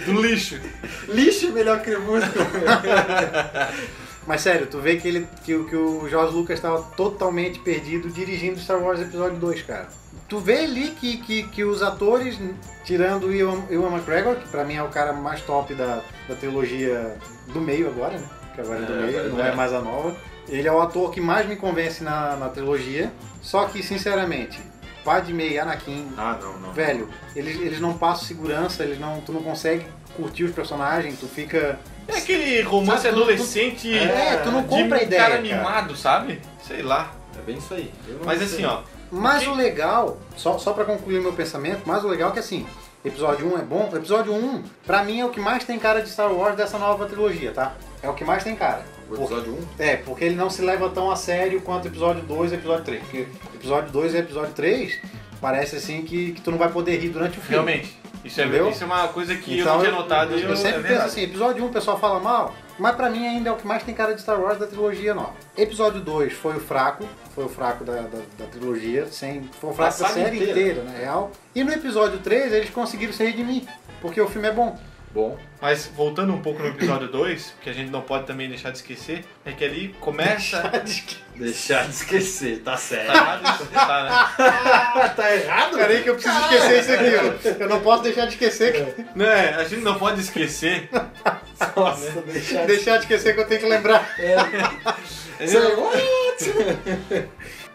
Speaker 2: Do lixo.
Speaker 4: Lixo é melhor que Crepúsculo.
Speaker 1: Mas sério, tu vê que, ele, que, o- que o Jorge Lucas estava totalmente perdido dirigindo Star Wars Episódio 2, cara. Tu vê ali que, que, que os atores, tirando o Ewan, Ewan McGregor, que pra mim é o cara mais top da, da trilogia do meio agora, né? Que agora é do
Speaker 4: É,
Speaker 1: meio,
Speaker 4: agora
Speaker 1: não é
Speaker 4: é.
Speaker 1: mais a nova. Ele é o ator que mais me convence na, na trilogia. Só que, sinceramente, Padme e Anakin,
Speaker 4: Ah, não, não.
Speaker 1: velho, eles, eles não passam segurança, eles não, tu não consegue curtir os personagens, tu fica...
Speaker 2: É aquele romance
Speaker 1: Sabe, tu-
Speaker 2: adolescente
Speaker 1: É, tu não
Speaker 2: de
Speaker 1: compra a
Speaker 2: um
Speaker 1: ideia,
Speaker 2: cara
Speaker 1: cara.
Speaker 2: mimado, sabe? Sei lá.
Speaker 4: É bem isso aí. Eu não
Speaker 2: Mas
Speaker 4: sei.
Speaker 2: assim, ó.
Speaker 1: Mas o legal, só, só para concluir o meu pensamento, mas o legal é que assim, episódio 1 é bom. O episódio 1, pra mim, é o que mais tem cara de Star Wars dessa nova trilogia, tá? É o que mais tem cara.
Speaker 4: O episódio 1.
Speaker 1: É, porque ele não se leva tão a sério quanto episódio 2 e episódio 3. Porque episódio 2 e episódio 3 parece assim que, que tu não vai poder rir durante o filme.
Speaker 2: Realmente. Isso é,
Speaker 1: Entendeu? Então
Speaker 2: isso é uma coisa que eu não tinha notado. e
Speaker 1: Eu, sempre
Speaker 2: é
Speaker 1: penso
Speaker 2: verdade.
Speaker 1: assim, episódio 1 o pessoal fala mal, mas pra mim ainda é o que mais tem cara de Star Wars da trilogia nova. Episódio 2 foi o fraco, foi o fraco da, da, da trilogia, sem, foi o fraco da,
Speaker 4: saga
Speaker 1: série
Speaker 4: inteira.
Speaker 1: inteira. na real. E no episódio 3 eles conseguiram se redimir, porque o filme é bom.
Speaker 4: Bom.
Speaker 2: Mas voltando um pouco no episódio 2, que a gente não pode também deixar de esquecer, é que ali começa.
Speaker 4: Deixar de esquecer, tá
Speaker 2: Tá
Speaker 4: certo.
Speaker 2: errado isso? Tá, né?
Speaker 4: tá errado?
Speaker 1: Peraí que eu preciso esquecer isso aqui, ó. Eu não posso deixar de esquecer, que-
Speaker 2: Né, a gente não pode esquecer.
Speaker 4: Nossa,
Speaker 2: É,
Speaker 4: deixar de
Speaker 1: deixar de esquecer que eu tenho que lembrar.
Speaker 2: A gente não-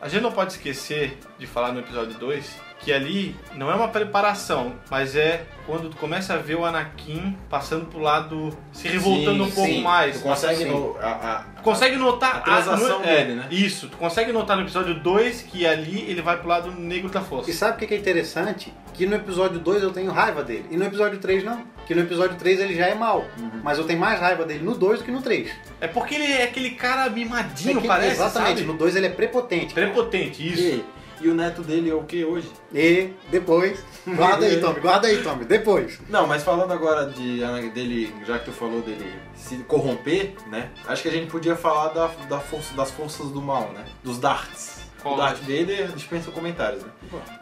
Speaker 2: A gente não pode esquecer de falar no episódio 2 que ali não é uma preparação, mas é quando tu começa a ver o Anakin passando pro lado, se revoltando um pouco mais. Assim.
Speaker 4: Tu consegue
Speaker 1: Sim.
Speaker 4: no, a, a-
Speaker 2: Tu consegue notar
Speaker 4: A transação
Speaker 2: no- é,
Speaker 4: dele, né?
Speaker 2: Isso, tu consegue notar no episódio 2 que ali ele vai pro lado negro da força.
Speaker 1: E sabe o que que é interessante? Que no episódio 2 eu tenho raiva dele, e no episódio 3 não. Que no episódio 3 ele já é mal,
Speaker 2: Uhum.
Speaker 1: mas eu tenho mais raiva dele no 2 do que no 3.
Speaker 2: É porque ele é aquele cara mimadinho,
Speaker 1: É que-
Speaker 2: parece,
Speaker 1: Exatamente,
Speaker 2: sabe?
Speaker 1: no 2 ele é prepotente. cara.
Speaker 2: Prepotente, isso.
Speaker 4: E, e o neto dele é o que hoje?
Speaker 1: E depois. Guarda aí, Tommy, guarda aí, Tommy, depois.
Speaker 4: Não, mas falando agora de dele, já que tu falou dele se corromper, né? Acho que a gente podia falar da, da força, das forças do mal, né? Dos darts.
Speaker 2: Qual?
Speaker 4: O Darth Vader dispensa comentários, né?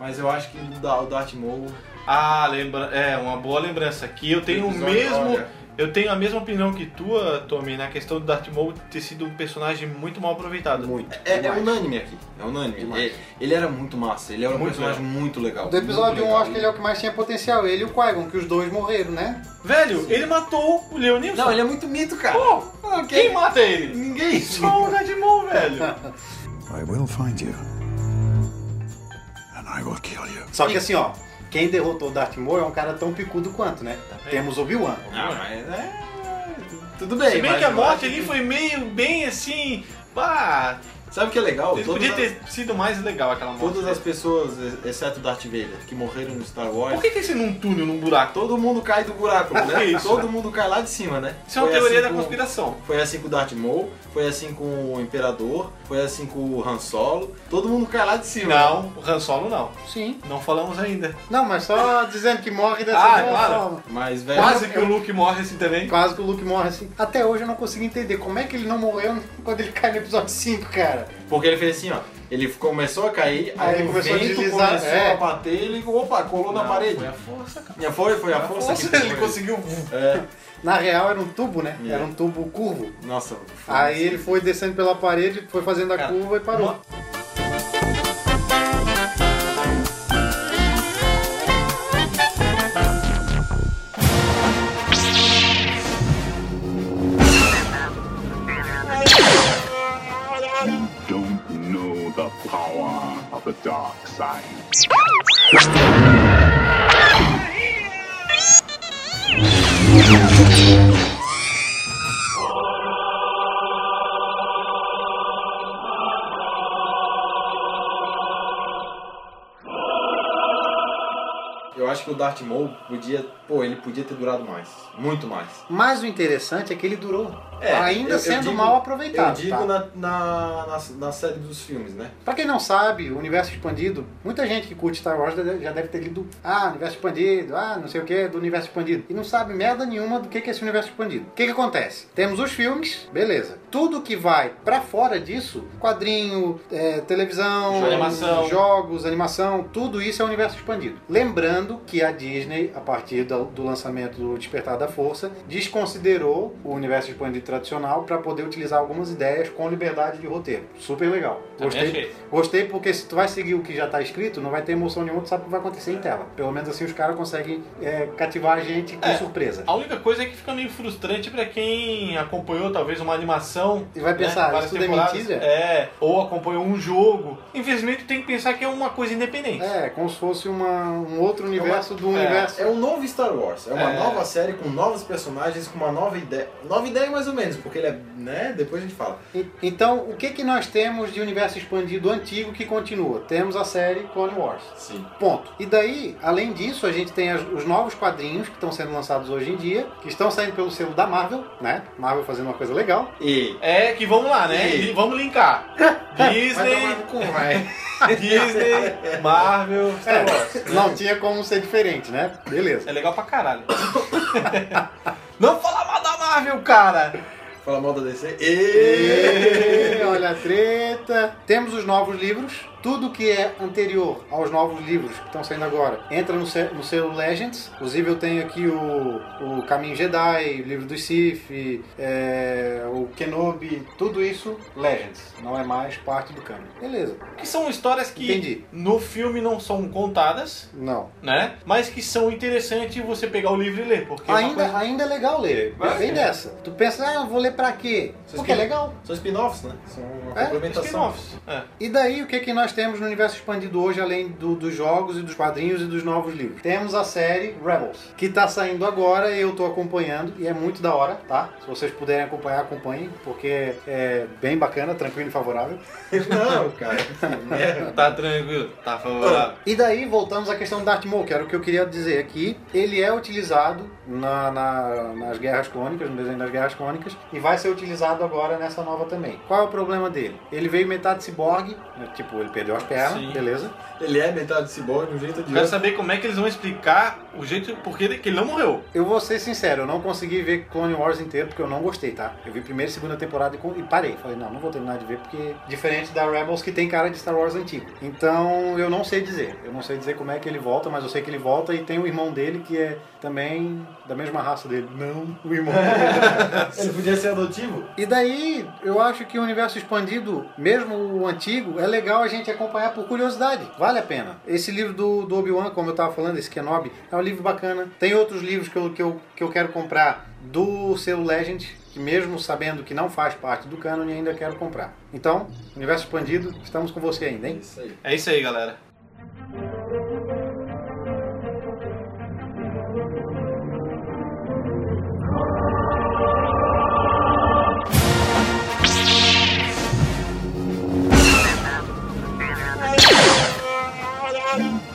Speaker 4: Mas eu acho que o da- o Darth Maul...
Speaker 2: Ah, lembra... é uma boa lembrança aqui. Eu tenho o
Speaker 4: episódio,
Speaker 2: mesmo
Speaker 4: olha,
Speaker 2: Eu tenho a mesma opinião que tua, Tommy, na questão do Darth Maul ter sido um personagem muito mal aproveitado.
Speaker 1: Muito.
Speaker 4: É, é
Speaker 1: demais.
Speaker 4: unânime aqui. É unânime.
Speaker 1: Demais.
Speaker 4: Ele, ele era muito massa. Ele era um
Speaker 2: Muito
Speaker 4: personagem muito legal.
Speaker 1: Do episódio 1,
Speaker 4: 1,
Speaker 1: eu acho que ele é o que mais tinha potencial. Ele e o Qui-Gon, que os dois morreram, né?
Speaker 2: Velho, ele matou o
Speaker 1: um
Speaker 2: Leonilson.
Speaker 4: Não, ele é muito mito, cara.
Speaker 2: Pô,
Speaker 4: Ah,
Speaker 2: Quem
Speaker 4: quem-
Speaker 2: mata ele?
Speaker 4: Ninguém.
Speaker 2: Só o Darth Maul, velho.
Speaker 6: I will find you. And I will kill you.
Speaker 1: Só que assim, ó, quem derrotou o Darth Maul é um cara tão picudo quanto, né?
Speaker 2: Tá bem.
Speaker 1: Temos Obi-Wan.
Speaker 4: Ah, mas é... Tudo bem.
Speaker 2: Se bem
Speaker 4: mas
Speaker 2: que a
Speaker 4: eu
Speaker 2: morte
Speaker 4: acho
Speaker 2: ali
Speaker 4: que-
Speaker 2: foi meio bem assim. Bah,
Speaker 4: Sabe o que é legal?
Speaker 2: ele
Speaker 4: Todas
Speaker 2: podia
Speaker 4: as-
Speaker 2: ter sido mais legal aquela morte. né?
Speaker 4: Todas as pessoas, ex- exceto Darth Vader, que morreram no Star Wars,
Speaker 2: Por que tem sido num túnel, num buraco?
Speaker 4: todo mundo cai do buraco,
Speaker 2: Que
Speaker 4: né?
Speaker 2: isso?
Speaker 4: Todo mundo cai lá de cima, né?
Speaker 2: Isso é uma
Speaker 4: Foi
Speaker 2: teoria
Speaker 4: assim
Speaker 2: da
Speaker 4: com-
Speaker 2: conspiração.
Speaker 4: Foi assim com o Darth Maul, foi assim com o Imperador, foi assim com o Han Solo. Todo mundo cai lá de cima.
Speaker 2: Não, o Han Solo não.
Speaker 1: Sim.
Speaker 2: Não falamos ainda.
Speaker 1: Não, mas só dizendo que morre dessa
Speaker 2: Ah,
Speaker 1: mesma
Speaker 2: claro.
Speaker 1: forma.
Speaker 4: Mas, velho...
Speaker 2: Quase que o Luke morre assim também.
Speaker 1: Quase que o Luke morre assim. Até hoje eu não consigo entender como é que ele não morreu quando ele cai no episódio 5, cara.
Speaker 4: Porque ele fez assim, ó. Ele começou a cair, aí,
Speaker 1: Aí ele
Speaker 4: o
Speaker 1: começou a
Speaker 4: vento
Speaker 1: deslizar,
Speaker 4: começou
Speaker 1: é.
Speaker 4: a bater, ele, opa, colou na
Speaker 2: Não,
Speaker 4: parede.
Speaker 2: Foi a força, cara.
Speaker 4: Foi, foi, a força, que
Speaker 2: ele conseguiu.
Speaker 4: É.
Speaker 1: Na real era um tubo,
Speaker 2: É.
Speaker 1: né?
Speaker 4: Yeah.
Speaker 1: Era um tubo curvo.
Speaker 4: Nossa. foi
Speaker 1: Aí
Speaker 4: assim.
Speaker 1: ele foi descendo pela parede, foi fazendo a
Speaker 2: Cara,
Speaker 1: curva e parou.
Speaker 2: uma-
Speaker 3: Don't know the power of the dark side.
Speaker 4: Eu acho que o Darth Maul podia, pô, ele podia ter durado mais, muito mais.
Speaker 1: Mas o interessante é que ele durou.
Speaker 4: É,
Speaker 1: ainda
Speaker 4: eu- eu
Speaker 1: sendo
Speaker 4: digo-
Speaker 1: mal
Speaker 4: Eu
Speaker 1: aproveitado.
Speaker 4: digo
Speaker 1: tá?
Speaker 4: na, na, na, na série dos filmes, né?
Speaker 1: Pra quem não sabe, o universo expandido, muita gente que curte Star Wars já deve ter lido Ah, universo expandido, ah, não sei o que, do universo expandido. E não sabe merda nenhuma do que que é esse universo expandido. O que que acontece? Temos os filmes, beleza. Tudo que vai pra fora disso, quadrinho, é, televisão,
Speaker 2: Animação.
Speaker 1: jogos, animação, tudo isso é universo expandido. Lembrando que a Disney, a partir do, do lançamento do Despertar da Força, desconsiderou o universo expandido tradicional pra poder utilizar algumas ideias com liberdade de roteiro. Super legal.
Speaker 2: Também achei.
Speaker 1: Gostei porque se tu vai seguir o que já tá escrito, não vai ter emoção nenhuma, tu sabe o que vai acontecer em tela. Pelo menos assim os caras conseguem é, cativar a gente com
Speaker 2: É.
Speaker 1: surpresa.
Speaker 2: A única coisa é que fica meio frustrante pra quem acompanhou talvez uma animação. né,
Speaker 1: E vai pensar,
Speaker 2: várias
Speaker 1: isso tudo é
Speaker 2: temporadas,
Speaker 1: mentira?
Speaker 2: É, ou acompanhou um jogo. Infelizmente tem que pensar que é uma coisa independente.
Speaker 1: É, como se fosse uma, um outro universo do
Speaker 2: é,
Speaker 1: universo.
Speaker 4: É um novo Star Wars, é uma
Speaker 2: É.
Speaker 4: nova série com novos personagens, com uma nova ideia. Nova ideia mais ou menos, porque ele é, né? Depois a gente fala.
Speaker 1: E- Então, o que que nós temos de universo expandido antigo que continua? Temos a série Clone Wars.
Speaker 4: Sim.
Speaker 1: Ponto. E daí, além disso, a gente tem as- os novos quadrinhos que estão sendo lançados hoje em dia, que estão saindo pelo selo da Marvel, né? Marvel fazendo uma coisa legal.
Speaker 4: E
Speaker 2: É, que vamos lá, né?
Speaker 4: E-
Speaker 2: E Vamos linkar.
Speaker 4: Vai
Speaker 2: Disney,
Speaker 4: tomar no cu, vai.
Speaker 2: Disney, Marvel, Star Wars.
Speaker 1: É, não tinha como ser diferente, né? Beleza.
Speaker 2: É legal pra caralho. Não fala mal da Marvel, cara!
Speaker 4: Fala mal da DC.
Speaker 1: Ê,
Speaker 4: E...
Speaker 1: Olha a treta. Temos os novos livros. Tudo que é anterior aos novos livros que estão saindo agora entra no, se- no selo Legends. Inclusive, eu tenho aqui o, o Caminho Jedi, o livro do Sif, é, o Kenobi, tudo isso Legends. Não é mais parte do canon. Beleza.
Speaker 2: Que são histórias que
Speaker 1: Entendi.
Speaker 2: no filme não são contadas,
Speaker 1: Não.
Speaker 2: né? Mas que são interessantes você pegar o livro e ler, porque é uma
Speaker 1: Ainda,
Speaker 2: coisa-
Speaker 1: ainda é legal ler.
Speaker 2: Vai.
Speaker 1: Vem dessa. Tu pensa, ah, eu vou ler pra quê?
Speaker 4: Vocês
Speaker 1: Porque é
Speaker 4: querem-
Speaker 1: legal.
Speaker 4: São spin-offs, né? São uma
Speaker 1: É,
Speaker 4: complementação.
Speaker 2: spin-offs. É.
Speaker 1: E daí, o que, que nós temos no universo expandido hoje, além do- dos jogos e dos quadrinhos e dos novos livros? Temos a série Rebels, que tá saindo agora e eu tô acompanhando, e é muito da hora, tá? Se vocês puderem acompanhar, acompanhem, porque é bem bacana, tranquilo e favorável.
Speaker 4: Não, cara. é, que merda.
Speaker 2: Tá tranquilo, tá favorável.
Speaker 1: E daí voltamos à questão do Darth Maul, que era o que eu queria dizer aqui. Ele é utilizado na- na- nas Guerras Clônicas, no desenho das Guerras Clônicas, e vai ser utilizado agora nessa nova também. Qual é o problema dele? Ele veio metade ciborgue, né, tipo, ele perdeu as pernas,
Speaker 2: Sim.
Speaker 1: beleza?
Speaker 4: Ele é metade cyborg de um jeito ou de
Speaker 2: Quero
Speaker 4: outro.
Speaker 2: saber como é que eles vão explicar o jeito porque ele, que ele não morreu.
Speaker 1: Eu vou ser sincero, eu não consegui ver Clone Wars inteiro porque eu não gostei, tá? Eu vi primeira e segunda temporada e com- e parei. Falei, não, não vou terminar de ver porque diferente da Rebels que tem cara de Star Wars antigo. Então, eu não sei dizer. Eu não sei dizer como é que ele volta, mas eu sei que ele volta e tem o irmão dele que é também da mesma raça dele. Não, o irmão dele.
Speaker 4: Ele podia ser adotivo?
Speaker 1: E daí, eu acho que o universo expandido, mesmo o antigo, é legal a gente acompanhar por curiosidade. Vale a pena. Esse livro do, do Obi-Wan, como eu tava falando, esse Kenobi, é um livro bacana. Tem outros livros que eu, que eu, que eu quero comprar do selo Legend, que mesmo sabendo que não faz parte do canon, ainda quero comprar. Então, universo expandido, estamos com você ainda, hein?
Speaker 4: Isso aí.
Speaker 2: É isso aí, galera.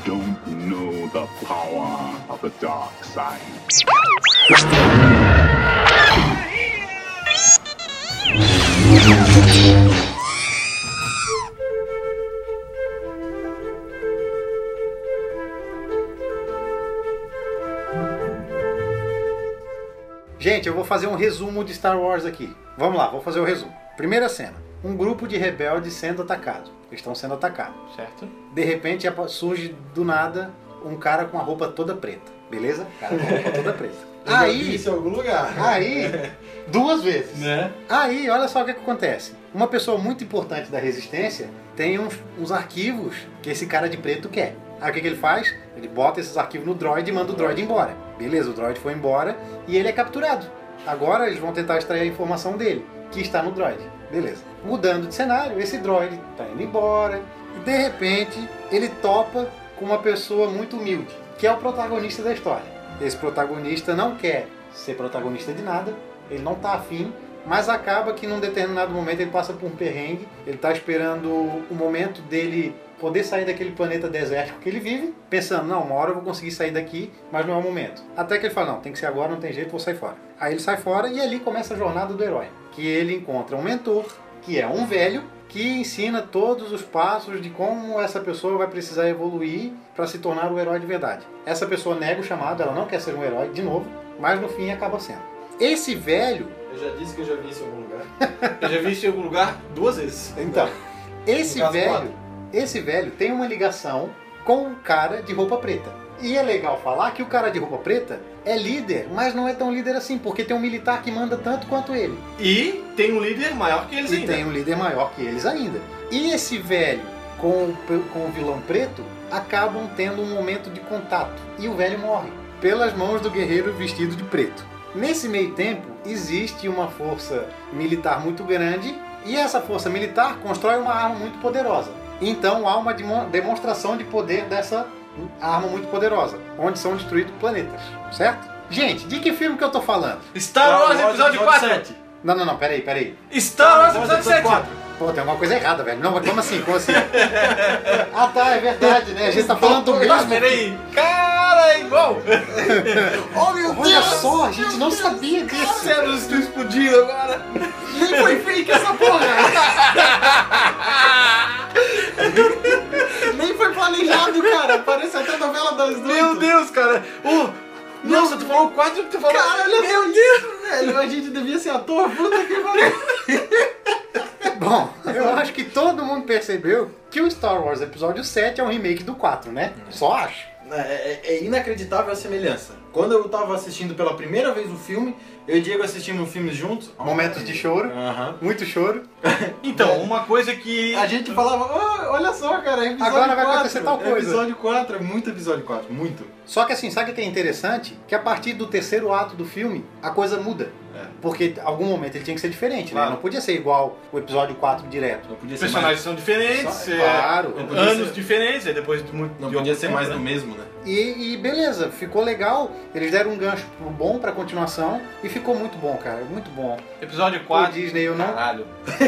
Speaker 3: Don't know the power of the dark side.
Speaker 1: Gente, eu vou fazer um resumo de Star Wars aqui. Vamos lá, vou fazer o resumo. Primeira cena. Um grupo de rebeldes sendo atacado. Eles estão sendo atacados.
Speaker 2: Certo?
Speaker 1: De repente apa- surge do nada um cara com a roupa toda preta, beleza? O cara com a roupa toda preta.
Speaker 4: Eu já vi
Speaker 1: Aí,
Speaker 4: Isso em algum lugar.
Speaker 1: aí, duas vezes.
Speaker 2: Né?
Speaker 1: Aí, olha só o que que acontece. Uma pessoa muito importante da resistência tem uns, uns arquivos que esse cara de preto quer. Aí o que, que ele faz? Ele bota esses arquivos no droid e manda o droid embora. Beleza, o droid foi embora e ele é capturado. Agora eles vão tentar extrair a informação dele, que está no droid. Beleza. Mudando de cenário, esse droid tá indo embora. de repente, ele topa com uma pessoa muito humilde, que é o protagonista da história. Esse protagonista não quer ser protagonista de nada, ele não tá afim, mas acaba que num determinado momento ele passa por um perrengue, ele tá esperando o momento dele poder sair daquele planeta desértico que ele vive, pensando, não, uma hora eu vou conseguir sair daqui, mas não é o momento. Até que ele fala, não, tem que ser agora, não tem jeito, vou sair fora. Aí ele sai fora e ali começa a jornada do herói, que ele encontra um mentor, que é um velho, que ensina todos os passos de como essa pessoa vai precisar evoluir para se tornar o herói de verdade. Essa pessoa nega o chamado, ela não quer ser um herói de novo, mas no fim acaba sendo. Esse velho
Speaker 4: Eu já disse que eu já vi isso em algum lugar.
Speaker 2: Eu já vi isso em algum lugar duas vezes.
Speaker 1: Então, esse
Speaker 4: No caso,
Speaker 1: velho,
Speaker 4: quatro.
Speaker 1: esse velho tem uma ligação com o cara de roupa preta. E é legal falar que o cara de roupa preta é líder, mas não é tão líder assim, porque tem um militar que manda tanto quanto ele.
Speaker 2: E tem um líder maior que eles
Speaker 1: e
Speaker 2: ainda.
Speaker 1: tem um líder maior que eles ainda. E esse velho com, o pe- com o vilão preto acabam tendo um momento de contato. E o velho morre pelas mãos do guerreiro vestido de preto. Nesse meio tempo, existe uma força militar muito grande e essa força militar constrói uma arma muito poderosa. Então há uma demo- demonstração de poder dessa arma muito poderosa, onde são destruídos planetas, certo? Gente, de que filme que eu tô falando?
Speaker 2: Star Wars Tá, Episódio 4!
Speaker 1: Não, não, não, peraí, peraí.
Speaker 2: Star Wars Episódio 7!
Speaker 1: Pô, tem alguma coisa errada, velho. Não, mas como assim? Como assim? ah, tá, é verdade, né? A gente tá falando do
Speaker 2: Mas
Speaker 1: mesmo.
Speaker 2: peraí! Cara, é igual!
Speaker 1: Oh, meu Deus! Olha só, a gente não sabia
Speaker 2: Os
Speaker 1: disso.
Speaker 2: cérebros estão explodindo agora!
Speaker 1: Nem foi fake essa porra. Nem foi planejado, cara. Parece até novela das
Speaker 2: Meu Deus, cara! Oh, nossa, tu falou 4 tu falou.
Speaker 1: Caralho,
Speaker 2: meu Deus!
Speaker 1: velho. A gente devia ser ator. Puta que pariu. Bom, eu acho que todo mundo percebeu que o Star Wars Episódio 7 é um remake do 4, né? Só acho.
Speaker 4: É, é- é inacreditável a semelhança. Quando eu tava assistindo pela primeira vez o filme, eu e Diego assistimos um filme juntos.
Speaker 1: Momentos de choro.
Speaker 4: Aham.
Speaker 1: Muito choro.
Speaker 2: Então, uma coisa que.
Speaker 4: É. A gente falava, "Ah, olha só, cara, é episódio
Speaker 1: Agora vai
Speaker 4: 4,
Speaker 1: acontecer tal
Speaker 4: é
Speaker 1: coisa."
Speaker 4: Episódio 4, é muito episódio 4, muito.
Speaker 1: Só que assim, sabe o que é interessante? Que a partir do terceiro ato do filme, a coisa muda.
Speaker 4: É.
Speaker 1: Porque em algum momento ele tinha que ser diferente, né?
Speaker 4: Claro.
Speaker 1: Não podia ser igual o episódio 4 direto.
Speaker 4: Não podia
Speaker 2: Os
Speaker 4: ser mais,
Speaker 2: personagens são diferentes,
Speaker 4: Só-
Speaker 2: é,
Speaker 1: Claro.
Speaker 4: não podia
Speaker 2: anos
Speaker 4: ser-
Speaker 2: diferentes, é depois de muito.
Speaker 4: não
Speaker 2: de
Speaker 4: podia
Speaker 2: algum
Speaker 4: ser
Speaker 2: tempo,
Speaker 4: mais
Speaker 2: né?
Speaker 4: do mesmo, né?
Speaker 1: E, e beleza, ficou legal. Eles deram um gancho pro bom pra continuação. E ficou muito bom, cara. Muito bom.
Speaker 4: né?
Speaker 2: né? Episódio
Speaker 1: O
Speaker 2: 4.
Speaker 1: Disney, eu não.
Speaker 2: Caralho.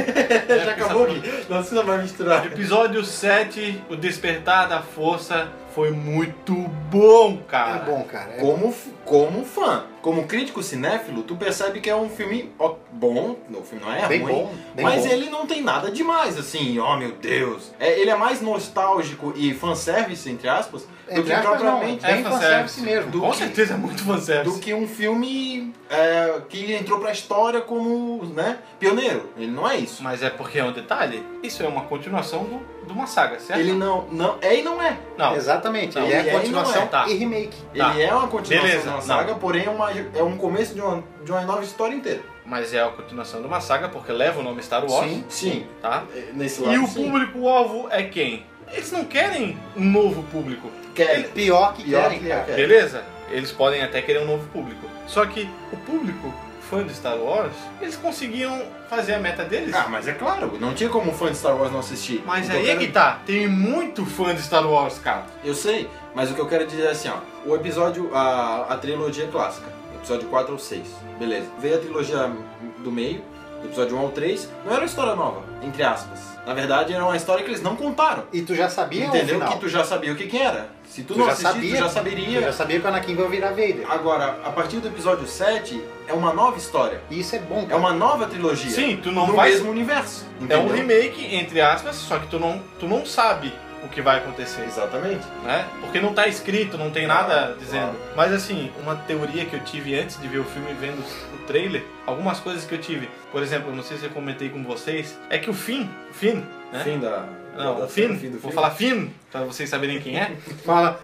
Speaker 4: Já acabou aqui. Não precisa mais misturar.
Speaker 2: Episódio 7, O Despertar da Força, foi muito bom,
Speaker 1: É
Speaker 2: cara.
Speaker 1: bom, cara. É
Speaker 4: Como, f- como fã, como crítico cinéfilo, tu percebe que é um filme ó, bom, o filme não é
Speaker 1: bem
Speaker 4: ruim,
Speaker 1: bom. Bem
Speaker 4: mas
Speaker 1: bom.
Speaker 4: ele não tem nada demais, assim, oh meu Deus. É, ele é mais nostálgico e fanservice, entre aspas, do
Speaker 1: Entre
Speaker 4: que
Speaker 1: aspas, não.
Speaker 4: propriamente.
Speaker 1: Bem
Speaker 2: É
Speaker 1: fanservice
Speaker 2: fanservice.
Speaker 1: mesmo.
Speaker 4: Do
Speaker 2: Com
Speaker 4: que-
Speaker 2: certeza é muito
Speaker 4: Do
Speaker 2: fanservice.
Speaker 4: que um filme é, que entrou pra história como, né, pioneiro. Ele não é isso.
Speaker 2: Mas é porque é um detalhe. Isso é uma continuação do- de uma saga, certo?
Speaker 4: Ele não, não, é e não é.
Speaker 2: Não.
Speaker 1: Exatamente.
Speaker 2: Não,
Speaker 1: ele é
Speaker 4: e aí não
Speaker 1: continuação
Speaker 2: é, tá.
Speaker 1: e remake.
Speaker 2: Tá.
Speaker 4: Ele é uma continuação
Speaker 2: Beleza,
Speaker 4: de uma
Speaker 2: não.
Speaker 4: saga, porém é, uma- é um começo de uma, de uma nova história inteira.
Speaker 2: Mas é a continuação de uma saga porque leva o nome Star Wars,
Speaker 1: Sim.
Speaker 4: Sim, É,
Speaker 2: tá?
Speaker 4: nesse lado
Speaker 2: E o
Speaker 4: sim.
Speaker 2: público-alvo é quem? Eles não querem um novo público.
Speaker 4: Quer-
Speaker 1: É Pior que
Speaker 4: Pior
Speaker 1: querem,
Speaker 4: que é.
Speaker 1: cara.
Speaker 4: quer.
Speaker 2: Beleza? Eles podem até querer um novo público. Só que o público fã de Star Wars, eles conseguiam fazer a meta deles.
Speaker 4: Ah, mas é claro, não tinha como um fã de Star Wars não assistir.
Speaker 2: Mas
Speaker 4: O que eu
Speaker 2: aí é
Speaker 4: quero-
Speaker 2: que tá. Tem muito fã de Star Wars, cara.
Speaker 4: Eu sei, mas o que eu quero dizer é assim, ó. O episódio, a, a trilogia é clássica, episódio 4 ao 6, beleza. Veio a trilogia do meio, do episódio 1 ao 3, não era uma história nova, entre aspas. Na verdade, era uma história que eles não contaram.
Speaker 1: E tu já sabia o
Speaker 4: entendeu?
Speaker 1: final.
Speaker 4: Que tu já sabia o que que era. Se tu,
Speaker 1: Tu
Speaker 4: não
Speaker 1: já
Speaker 4: assistisse,
Speaker 1: sabia.
Speaker 4: tu já
Speaker 1: Tu
Speaker 4: saberia.
Speaker 1: já sabia que o Anakin vai virar Vader.
Speaker 4: Agora, a partir do episódio 7, é uma nova história.
Speaker 1: E isso é bom,
Speaker 4: É
Speaker 1: cara.
Speaker 4: uma nova trilogia.
Speaker 2: Sim, tu não
Speaker 4: no
Speaker 2: vai.
Speaker 4: mesmo universo.
Speaker 2: É um
Speaker 4: entendeu?
Speaker 2: remake, entre aspas, só que tu não, tu não sabe o que vai acontecer.
Speaker 4: Exatamente.
Speaker 2: né? Porque não tá escrito, não tem nada dizendo. Mas assim, uma teoria que eu tive antes de ver o filme vendo o trailer, algumas coisas que eu tive, por exemplo, eu não sei se eu comentei com vocês, é que o Finn, o Finn, né?
Speaker 4: Fim da.
Speaker 2: Não,
Speaker 4: da-
Speaker 2: o Finn,
Speaker 4: do
Speaker 2: vou
Speaker 4: filme.
Speaker 2: falar Finn, pra vocês saberem quem é.
Speaker 1: Fala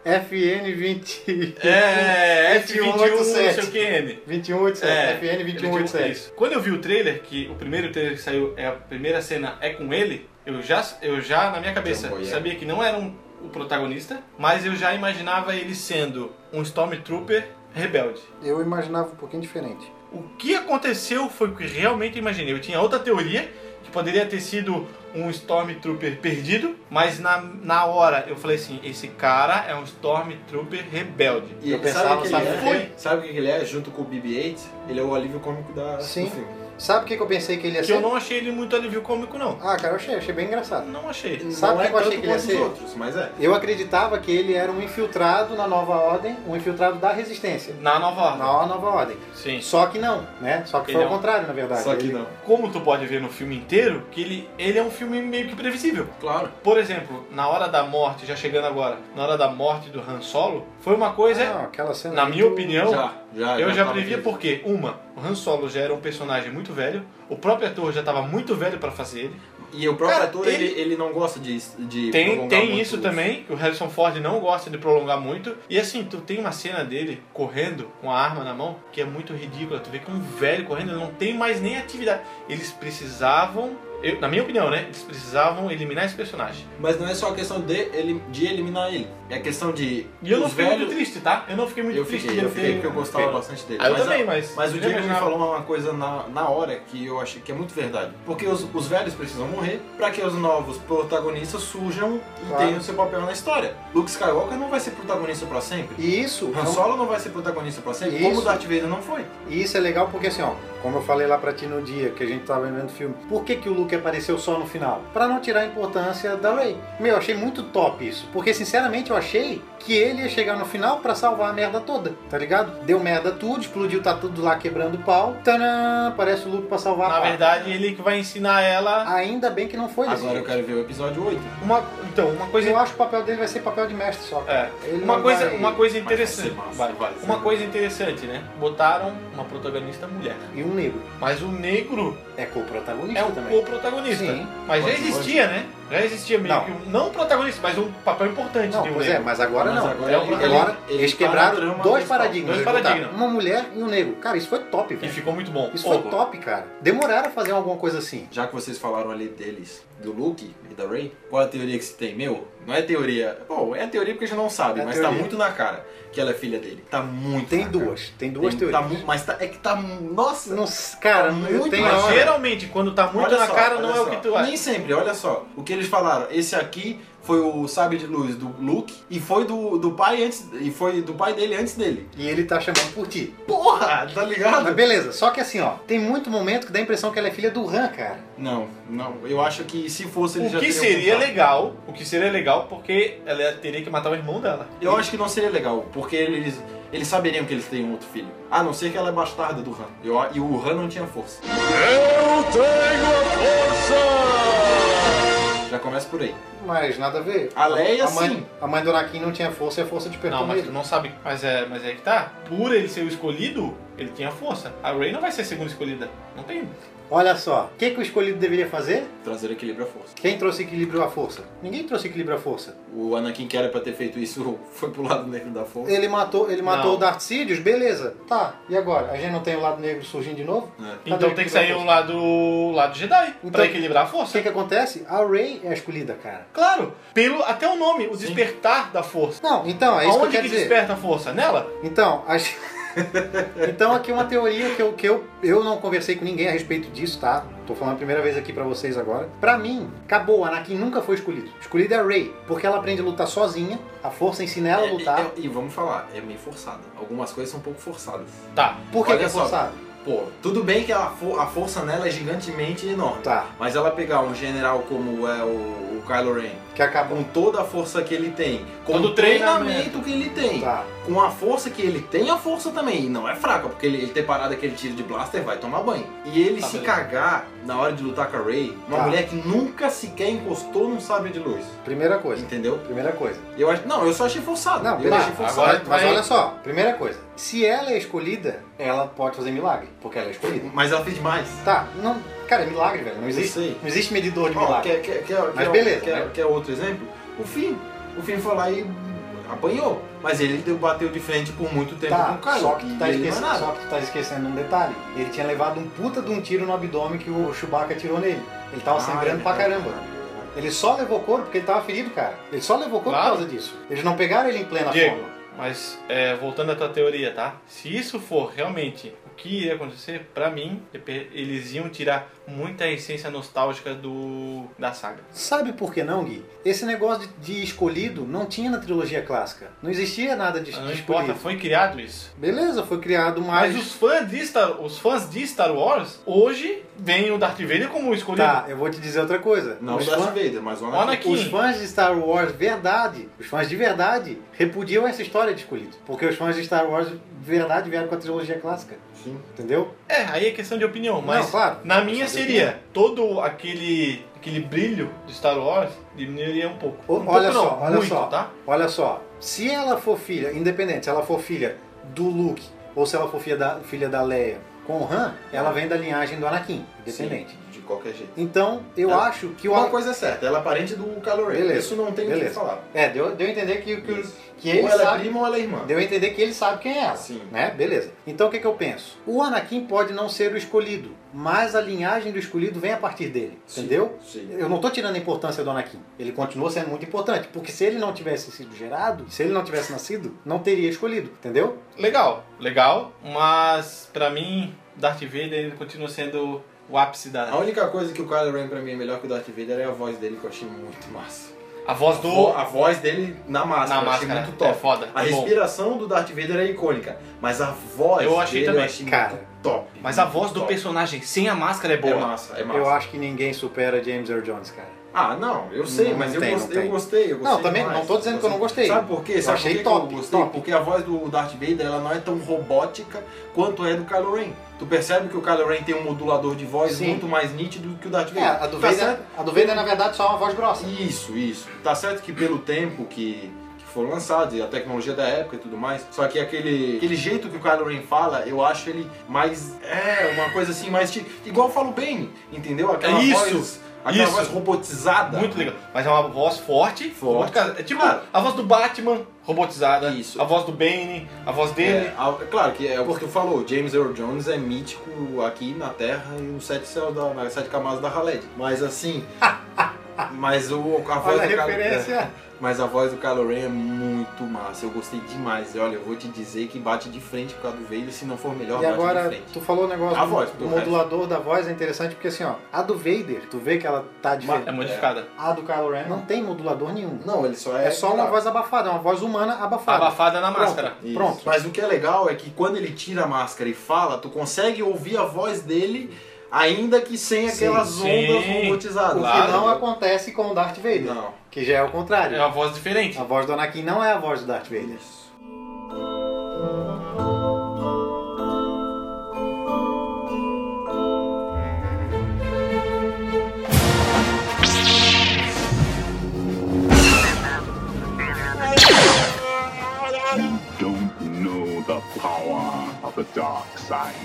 Speaker 1: FN20.
Speaker 4: um
Speaker 2: É, F21, não sei
Speaker 1: 2187.
Speaker 2: o que, N.
Speaker 1: 2187.
Speaker 2: É,
Speaker 1: FN2187.
Speaker 2: Isso. Quando eu vi o trailer, que o primeiro trailer que saiu, é a primeira cena é com ele, eu já, eu já na minha cabeça,
Speaker 4: Então, boy, é.
Speaker 2: sabia que não era um- o protagonista, mas eu já imaginava ele sendo um Stormtrooper rebelde.
Speaker 1: Eu imaginava um pouquinho diferente.
Speaker 2: O que aconteceu foi o que realmente imaginei. Eu tinha outra teoria que poderia ter sido um Stormtrooper perdido, mas na, na hora eu falei assim, esse cara é um Stormtrooper rebelde.
Speaker 4: E
Speaker 2: eu
Speaker 4: sabe o
Speaker 2: pensava,
Speaker 4: que
Speaker 2: sabe,
Speaker 4: ele
Speaker 2: foi.
Speaker 4: é? Sabe o que ele é? Junto com o BB-8, ele é o alívio cômico da,
Speaker 1: Sim.
Speaker 4: do filme.
Speaker 1: Sabe o que, que eu pensei que ele ia
Speaker 2: Que eu
Speaker 1: ser?
Speaker 2: não achei ele muito alívio cômico, não.
Speaker 1: Ah, cara, eu achei, achei bem engraçado.
Speaker 2: Não achei.
Speaker 1: Sabe
Speaker 4: Não
Speaker 1: o que
Speaker 4: é
Speaker 1: eu achei
Speaker 4: tanto
Speaker 1: que ele ia
Speaker 4: quanto
Speaker 1: ser?
Speaker 4: os outros, mas é.
Speaker 1: Eu acreditava que ele era um infiltrado na nova ordem, um infiltrado da resistência.
Speaker 2: Na nova ordem.
Speaker 1: Na nova ordem.
Speaker 2: Sim.
Speaker 1: Só que não, né? Só que
Speaker 2: Ele
Speaker 1: foi
Speaker 2: é
Speaker 1: ao
Speaker 2: um-
Speaker 1: contrário, na verdade.
Speaker 4: Só que
Speaker 1: Ele-
Speaker 4: não.
Speaker 2: Como tu pode ver no filme inteiro, que ele, ele é um filme meio que previsível.
Speaker 4: Claro.
Speaker 2: Por exemplo, na hora da morte, já chegando agora, na hora da morte do Han Solo, foi uma coisa,
Speaker 1: Não, Ah, aquela cena
Speaker 2: é. na
Speaker 1: ali
Speaker 2: minha
Speaker 1: do-
Speaker 2: opinião,
Speaker 4: Ah, já, já.
Speaker 2: eu já
Speaker 4: tava
Speaker 2: previa
Speaker 4: previsto.
Speaker 2: porque, uma, o Han Solo já era um personagem muito velho, o próprio ator já estava muito velho pra fazer ele.
Speaker 4: E o próprio
Speaker 2: Cara,
Speaker 4: ator,
Speaker 2: ele-
Speaker 4: ele... Ele, não gosta de. de
Speaker 2: Tem,
Speaker 4: prolongar
Speaker 2: tem
Speaker 4: muito
Speaker 2: isso
Speaker 4: os-
Speaker 2: também, que o Harrison Ford não gosta de prolongar muito. E assim, tu tem uma cena dele correndo com a arma na mão, que é muito ridícula. Tu vê que é um velho correndo, ele não tem mais nem atividade. Eles precisavam, eu- na minha opinião, né? Eles precisavam eliminar esse personagem.
Speaker 4: Mas não é só a questão de, ele, de eliminar ele. É a questão de.
Speaker 2: E eu não
Speaker 4: os
Speaker 2: fiquei
Speaker 4: velhos-
Speaker 2: muito triste, tá? Eu não fiquei muito
Speaker 4: Eu
Speaker 2: triste.
Speaker 4: fiquei, eu fiquei porque eu gostava
Speaker 2: fiquei.
Speaker 4: bastante dele.
Speaker 2: Ah, eu
Speaker 4: Mas a-
Speaker 2: também, mas...
Speaker 4: Mas o
Speaker 2: eu
Speaker 4: Diego me
Speaker 2: imaginava.
Speaker 4: falou uma coisa na, na hora que eu achei que é muito verdade. Porque os, os velhos precisam morrer para que os novos protagonistas surjam e
Speaker 1: Claro.
Speaker 4: tenham seu papel na história. Luke Skywalker não vai ser protagonista para sempre.
Speaker 1: E isso, é um
Speaker 4: Han
Speaker 1: não-
Speaker 4: Solo não vai ser protagonista para sempre,
Speaker 1: Isso.
Speaker 4: como o Darth Vader não foi.
Speaker 1: e isso é legal porque assim, ó, como eu falei lá pra ti no dia que a gente tava vendo o filme, por que, que o Luke apareceu só no final? Pra não tirar a importância da Rey. Meu, eu achei muito top isso, porque sinceramente eu achei que ele ia chegar no final pra salvar a merda toda, tá ligado? Deu merda tudo, explodiu, tá tudo lá quebrando pau. Tanã, aparece o Luke pra salvar a
Speaker 2: Na
Speaker 1: pátria.
Speaker 2: verdade, ele que vai ensinar
Speaker 4: Ah,
Speaker 2: ela...
Speaker 1: ainda bem que não foi desse
Speaker 4: Agora eu
Speaker 1: jeito.
Speaker 4: quero ver o episódio 8.
Speaker 2: Uma, então, uma coisa...
Speaker 1: Eu acho que o papel dele vai ser papel de mestre só. cara.
Speaker 2: É,
Speaker 1: Ele
Speaker 2: uma
Speaker 1: não
Speaker 2: coisa,
Speaker 1: vai-
Speaker 2: uma coisa
Speaker 4: Mas vai ser
Speaker 2: interessante.
Speaker 4: massa,
Speaker 2: vai.
Speaker 4: vai ser.
Speaker 2: Uma coisa interessante, né? Botaram uma protagonista mulher.
Speaker 1: E um negro.
Speaker 2: Mas o negro
Speaker 1: É co-protagonista
Speaker 2: é o
Speaker 1: também.
Speaker 2: co-protagonista.
Speaker 1: Sim.
Speaker 2: Mas já
Speaker 4: Pode,
Speaker 2: existia, né? Já existia meio
Speaker 1: Não.
Speaker 2: que um. Não protagonista, mas um papel importante
Speaker 1: Não,
Speaker 2: de um
Speaker 1: pois é,
Speaker 2: negro.
Speaker 1: mas agora
Speaker 4: Mas
Speaker 1: não.
Speaker 4: agora
Speaker 1: É,
Speaker 2: ele-
Speaker 1: agora
Speaker 4: ele-
Speaker 1: eles
Speaker 4: ele tá na
Speaker 1: quebraram
Speaker 4: trama
Speaker 1: dois
Speaker 4: principal.
Speaker 1: paradigmas.
Speaker 2: Dois
Speaker 1: Eles botaram
Speaker 2: paradigmas.
Speaker 1: Uma mulher e um negro. Cara, isso foi top,
Speaker 2: E
Speaker 1: velho.
Speaker 2: ficou muito bom.
Speaker 1: Isso
Speaker 2: Ô,
Speaker 1: foi top, cara. Demoraram a fazer alguma coisa assim.
Speaker 4: Já que vocês falaram ali deles, do Luke e da Ray, qual é a teoria que se tem? Meu, não é teoria. Bom, é teoria porque a gente não sabe,
Speaker 1: É
Speaker 4: mas tá
Speaker 1: teoria.
Speaker 4: muito na cara que ela é filha dele. Tá muito
Speaker 1: Tem
Speaker 4: na cara.
Speaker 1: duas. Tem duas
Speaker 4: Tem-
Speaker 1: teorias.
Speaker 4: tá mu- mas tá- é que tá. Nossa!
Speaker 1: Nossa, cara,
Speaker 4: Tá
Speaker 1: eu
Speaker 4: muito
Speaker 1: tenho
Speaker 4: mais
Speaker 1: hora.
Speaker 2: Geralmente, quando tá muito
Speaker 4: Olha
Speaker 2: na
Speaker 4: só,
Speaker 2: cara,
Speaker 4: olha
Speaker 2: não é
Speaker 4: só.
Speaker 2: o que tu acha.
Speaker 4: Nem sempre, olha só. O que eles falaram, esse aqui foi o sabre de luz do Luke e foi do, do pai antes. E foi do pai dele antes dele.
Speaker 1: E ele tá chamando por ti.
Speaker 4: Porra, tá
Speaker 1: Mas
Speaker 4: ligado?
Speaker 1: beleza, só que assim, ó, tem muito momento que dá a impressão que ela é filha do Han, cara.
Speaker 4: Não, não. Eu acho que se fosse ele já
Speaker 2: O que
Speaker 4: teriam
Speaker 2: seria
Speaker 4: contado.
Speaker 2: legal, o que seria legal, porque ela teria que matar o irmão dela.
Speaker 4: Eu acho que não seria legal, porque eles, eles saberiam que eles têm um outro filho. A não ser que ela é bastarda do Han. Eu a- e o Han não tinha força. Eu tenho força! Já começa por aí.
Speaker 1: Mas nada a ver.
Speaker 4: A Leia,
Speaker 1: mãe,
Speaker 4: sim.
Speaker 1: A mãe do Anakin não tinha força e a força de Pertão
Speaker 2: Não, mas tu
Speaker 1: dele.
Speaker 2: não sabe. Mas é, mas é que tá. Por ele ser o escolhido, ele tinha força. A Rey não vai ser a segunda escolhida. Não tem.
Speaker 1: Olha só, o que, que o escolhido deveria fazer?
Speaker 4: Trazer equilíbrio à força.
Speaker 1: Quem trouxe equilíbrio à força? Ninguém trouxe equilíbrio à força.
Speaker 4: O Anakin que era pra ter feito isso foi pro lado negro da força.
Speaker 1: Ele matou, ele matou
Speaker 2: Não.
Speaker 1: o Darth Sidious, beleza. Tá, e agora? A gente não tem o lado negro surgindo de novo?
Speaker 4: É.
Speaker 1: Cadê
Speaker 2: Então
Speaker 1: o
Speaker 2: tem que
Speaker 1: equilíbrio à
Speaker 2: sair
Speaker 1: força?
Speaker 2: o lado, o lado Jedi
Speaker 1: Então-
Speaker 2: pra equilibrar a
Speaker 1: O
Speaker 2: força.
Speaker 1: que que acontece? A Rey é a escolhida, cara.
Speaker 2: Claro, pelo até o nome, o despertar da força.
Speaker 1: Não, então, é isso
Speaker 2: Aonde
Speaker 1: que eu quero dizer.
Speaker 2: desperta a força? Nela?
Speaker 1: Então, a gente- então aqui uma teoria que, eu, que eu, eu não conversei com ninguém a respeito disso, tá? Tô falando a primeira vez aqui pra vocês agora. Pra mim, acabou, a Anakin nunca foi escolhido. Escolhida é a Rey, porque ela aprende a lutar sozinha, a força ensina ela a
Speaker 4: É,
Speaker 1: lutar.
Speaker 4: é- é- e vamos falar, é meio forçada. Algumas coisas são um pouco forçadas.
Speaker 2: Tá.
Speaker 1: Por que,
Speaker 4: olha
Speaker 1: que é
Speaker 4: só.
Speaker 1: forçado?
Speaker 4: Pô, tudo bem que ela fo- a força nela é gigantemente enorme.
Speaker 1: Tá,
Speaker 4: Mas ela pegar um general como é o, o Kylo Ren,
Speaker 1: que acabou.
Speaker 4: com toda a força que ele tem, com
Speaker 2: Todo
Speaker 4: o
Speaker 2: treinamento.
Speaker 4: treinamento que ele tem,
Speaker 1: Tá.
Speaker 4: com a força que ele tem, a força também. E não é fraca, porque ele, ele ter parado aquele tiro de blaster vai tomar banho. E ele
Speaker 2: Tá,
Speaker 4: se
Speaker 2: beleza.
Speaker 4: cagar na hora de lutar com a Rey, uma
Speaker 1: Tá.
Speaker 4: mulher que nunca sequer encostou num sabre de luz.
Speaker 1: Primeira coisa.
Speaker 4: Entendeu?
Speaker 1: Primeira coisa.
Speaker 4: Eu acho. Não, eu só achei forçado.
Speaker 1: Não,
Speaker 4: eu
Speaker 1: beleza.
Speaker 4: achei forçado.
Speaker 2: agora-
Speaker 1: mas
Speaker 2: vai-
Speaker 1: olha só, primeira coisa. Se ela é escolhida, ela pode fazer milagre, porque ela é escolhida.
Speaker 4: Mas ela fez demais.
Speaker 1: Tá, não. Cara, é milagre, velho. Não
Speaker 4: sei.
Speaker 1: existe, não existe medidor de
Speaker 4: Ó,
Speaker 1: milagre.
Speaker 4: quer, quer, quer,
Speaker 1: Mas
Speaker 4: quer-
Speaker 1: beleza,
Speaker 4: Quer,
Speaker 1: né?
Speaker 4: quer outro exemplo? O Finn. O Finn foi lá e apanhou. Mas ele deu- bateu de frente por muito tempo com
Speaker 1: Tá,
Speaker 4: o cara.
Speaker 1: só que, tu tá
Speaker 4: e ele não é
Speaker 1: esquecendo,
Speaker 4: nada.
Speaker 1: só que tu tá esquecendo um detalhe. Ele tinha levado um puta de um tiro no abdômen que o Chewbacca tirou nele. Ele
Speaker 4: Ah,
Speaker 1: tava tá
Speaker 4: é
Speaker 1: sangrando pra caramba. Ele só levou couro porque ele tava ferido, cara. Ele só levou couro
Speaker 2: Claro.
Speaker 1: por causa disso. Eles não pegaram ele em plena
Speaker 2: Diego,
Speaker 1: forma.
Speaker 2: Mas é, voltando à tua teoria, tá? Se isso for realmente o que iria acontecer, pra mim, eles iam tirar muita essência nostálgica do da saga.
Speaker 1: Sabe por que não, Gui? Esse negócio de, de escolhido não tinha na trilogia clássica. Não existia nada de,
Speaker 2: Não
Speaker 1: de
Speaker 2: importa,
Speaker 1: escolhido.
Speaker 2: foi criado isso.
Speaker 1: Beleza, foi criado mais. um
Speaker 2: Mas os fãs de Star, os fãs de Star Wars hoje veem o Darth Vader como o escolhido.
Speaker 1: Tá, eu vou te dizer outra coisa.
Speaker 4: Não
Speaker 1: os
Speaker 4: o Darth
Speaker 1: fã-
Speaker 4: Vader, mas o
Speaker 2: Olha
Speaker 4: Anakin.
Speaker 2: aqui.
Speaker 1: Os fãs de Star Wars verdade, os fãs de verdade, repudiam essa história de escolhido. Porque os fãs de Star Wars verdade vieram com a trilogia clássica.
Speaker 4: Sim.
Speaker 1: Entendeu?
Speaker 2: É, aí é questão de opinião, mas
Speaker 1: Não, claro.
Speaker 2: na minha
Speaker 4: Questão de
Speaker 2: seria todo aquele aquele brilho de Star Wars diminuiria um pouco.
Speaker 1: O-
Speaker 2: um
Speaker 1: olha
Speaker 2: pouco
Speaker 1: só,
Speaker 2: não,
Speaker 1: olha
Speaker 2: muito,
Speaker 1: só.
Speaker 2: tá?
Speaker 1: Olha só, se ela for filha, independente, se ela for filha do Luke ou se ela for filha da, filha da Leia com o Han, ela vem da linhagem do Anakin, independente.
Speaker 4: Sim, de qualquer jeito.
Speaker 1: Então, eu
Speaker 4: Ela-
Speaker 1: acho que o
Speaker 4: Uma
Speaker 1: Ana-
Speaker 4: coisa é certa, ela é parente do Kylo Ren.
Speaker 1: Beleza.
Speaker 4: Isso não tem o que
Speaker 1: Beleza.
Speaker 4: falar.
Speaker 1: É, deu, deu a entender que, que,
Speaker 4: Isso.
Speaker 1: que ele
Speaker 4: ou ela é
Speaker 1: sabe.
Speaker 4: prima ou ela é irmã.
Speaker 1: Deu a entender que ele sabe quem é ela.
Speaker 4: Sim.
Speaker 1: Né? Beleza. Então o que, que eu penso? O Anakin pode não ser o escolhido, mas a linhagem do escolhido vem a partir dele.
Speaker 4: Sim,
Speaker 1: Entendeu?
Speaker 4: sim.
Speaker 1: Eu não tô tirando a importância do Anakin. Ele continua sendo muito importante. Porque se ele não tivesse sido gerado, se ele não tivesse nascido, não teria escolhido. Entendeu?
Speaker 2: Legal, legal, mas pra mim Darth Vader ele continua sendo o ápice da
Speaker 4: A única coisa que o Kylo Ren pra mim é melhor que o Darth Vader é a voz dele, que eu achei muito massa.
Speaker 2: a voz
Speaker 4: A
Speaker 2: do
Speaker 4: vo- A voz dele na máscara,
Speaker 2: na
Speaker 4: eu achei
Speaker 2: máscara
Speaker 4: muito top.
Speaker 2: é foda,
Speaker 4: A
Speaker 2: é bom.
Speaker 4: respiração do Darth Vader é icônica, mas a voz
Speaker 2: Eu achei
Speaker 4: dele
Speaker 2: também.
Speaker 4: eu achei
Speaker 1: Cara,
Speaker 4: muito top.
Speaker 2: Mas a
Speaker 4: muito
Speaker 2: voz do
Speaker 4: top.
Speaker 2: personagem sem a máscara é
Speaker 4: é
Speaker 2: boa.
Speaker 4: massa, é massa.
Speaker 1: Eu acho que ninguém supera James Earl Jones, cara.
Speaker 4: Ah, não, eu sei,
Speaker 1: Não
Speaker 4: mas eu,
Speaker 1: tem, não
Speaker 4: gostei, eu
Speaker 1: tem.
Speaker 4: gostei, eu
Speaker 1: Não,
Speaker 4: gostei.
Speaker 1: também
Speaker 4: demais.
Speaker 1: não tô dizendo que eu não gostei.
Speaker 4: Sabe por quê?
Speaker 1: Eu
Speaker 4: Sabe
Speaker 1: achei
Speaker 4: por que
Speaker 1: top,
Speaker 4: que eu gostei?
Speaker 1: top.
Speaker 4: Porque a voz do Darth Vader ela não é tão robótica quanto é do Kylo Ren. Tu percebe que o Kylo Ren tem um modulador de voz
Speaker 1: Sim.
Speaker 4: muito mais nítido que o Darth Vader.
Speaker 1: É, a do
Speaker 4: Tá
Speaker 1: Vader,
Speaker 4: certo?
Speaker 1: a do Vader, na verdade, só é uma voz grossa.
Speaker 4: Isso, isso. Tá certo que pelo tempo que, que foram lançados e a tecnologia da época e tudo mais, só que aquele, aquele jeito que o Kylo Ren fala, eu acho ele mais. É, uma coisa assim, mais. ti- Igual fala o Ben, entendeu? Aquela
Speaker 2: É isso,
Speaker 4: voz. Aquela
Speaker 2: isso.
Speaker 4: voz robotizada.
Speaker 2: Muito legal. Mas é uma voz forte.
Speaker 4: Forte.
Speaker 2: robotizada. É tipo
Speaker 4: Claro.
Speaker 2: a voz do Batman robotizada.
Speaker 4: Isso.
Speaker 2: A voz do Bane, a voz dele.
Speaker 4: É, a- é claro que é o que tu falou, James Earl Jones é mítico aqui na Terra e os sete céus da, nas sete camadas da Haled. Mas assim. mas o a voz
Speaker 1: Olha a
Speaker 4: do Kylo-
Speaker 1: referência.
Speaker 4: Mas a voz do Kylo Ren é muito massa. Eu gostei demais. E olha, eu vou te dizer que bate de frente com a do Vader, se não for melhor,
Speaker 1: E
Speaker 4: bate
Speaker 1: agora,
Speaker 4: de frente.
Speaker 1: tu falou o negócio
Speaker 4: A
Speaker 1: do,
Speaker 4: voz,
Speaker 1: do
Speaker 4: do
Speaker 1: modulador da voz é interessante porque assim, ó, a do Vader, tu vê que ela tá diferente.
Speaker 2: É modificada.
Speaker 1: A do Kylo Ren não tem modulador nenhum.
Speaker 4: Não, ele só é.
Speaker 1: É só uma voz abafada, é uma voz humana abafada.
Speaker 2: Abafada na
Speaker 1: Pronto.
Speaker 2: máscara.
Speaker 4: Isso.
Speaker 1: Pronto.
Speaker 4: Mas o que é legal é que quando ele tira a máscara e fala, tu consegue ouvir a voz dele, ainda que sem
Speaker 1: Sim,
Speaker 4: aquelas
Speaker 2: sim.
Speaker 4: ondas robotizadas.
Speaker 1: O
Speaker 2: Claro.
Speaker 1: que não acontece com o Darth Vader,
Speaker 4: né? Não.
Speaker 1: que já é o contrário.
Speaker 2: É uma voz diferente.
Speaker 1: A voz do Anakin não é a voz do Darth Vader.
Speaker 4: Isso.
Speaker 3: Don't know the power of the dark side.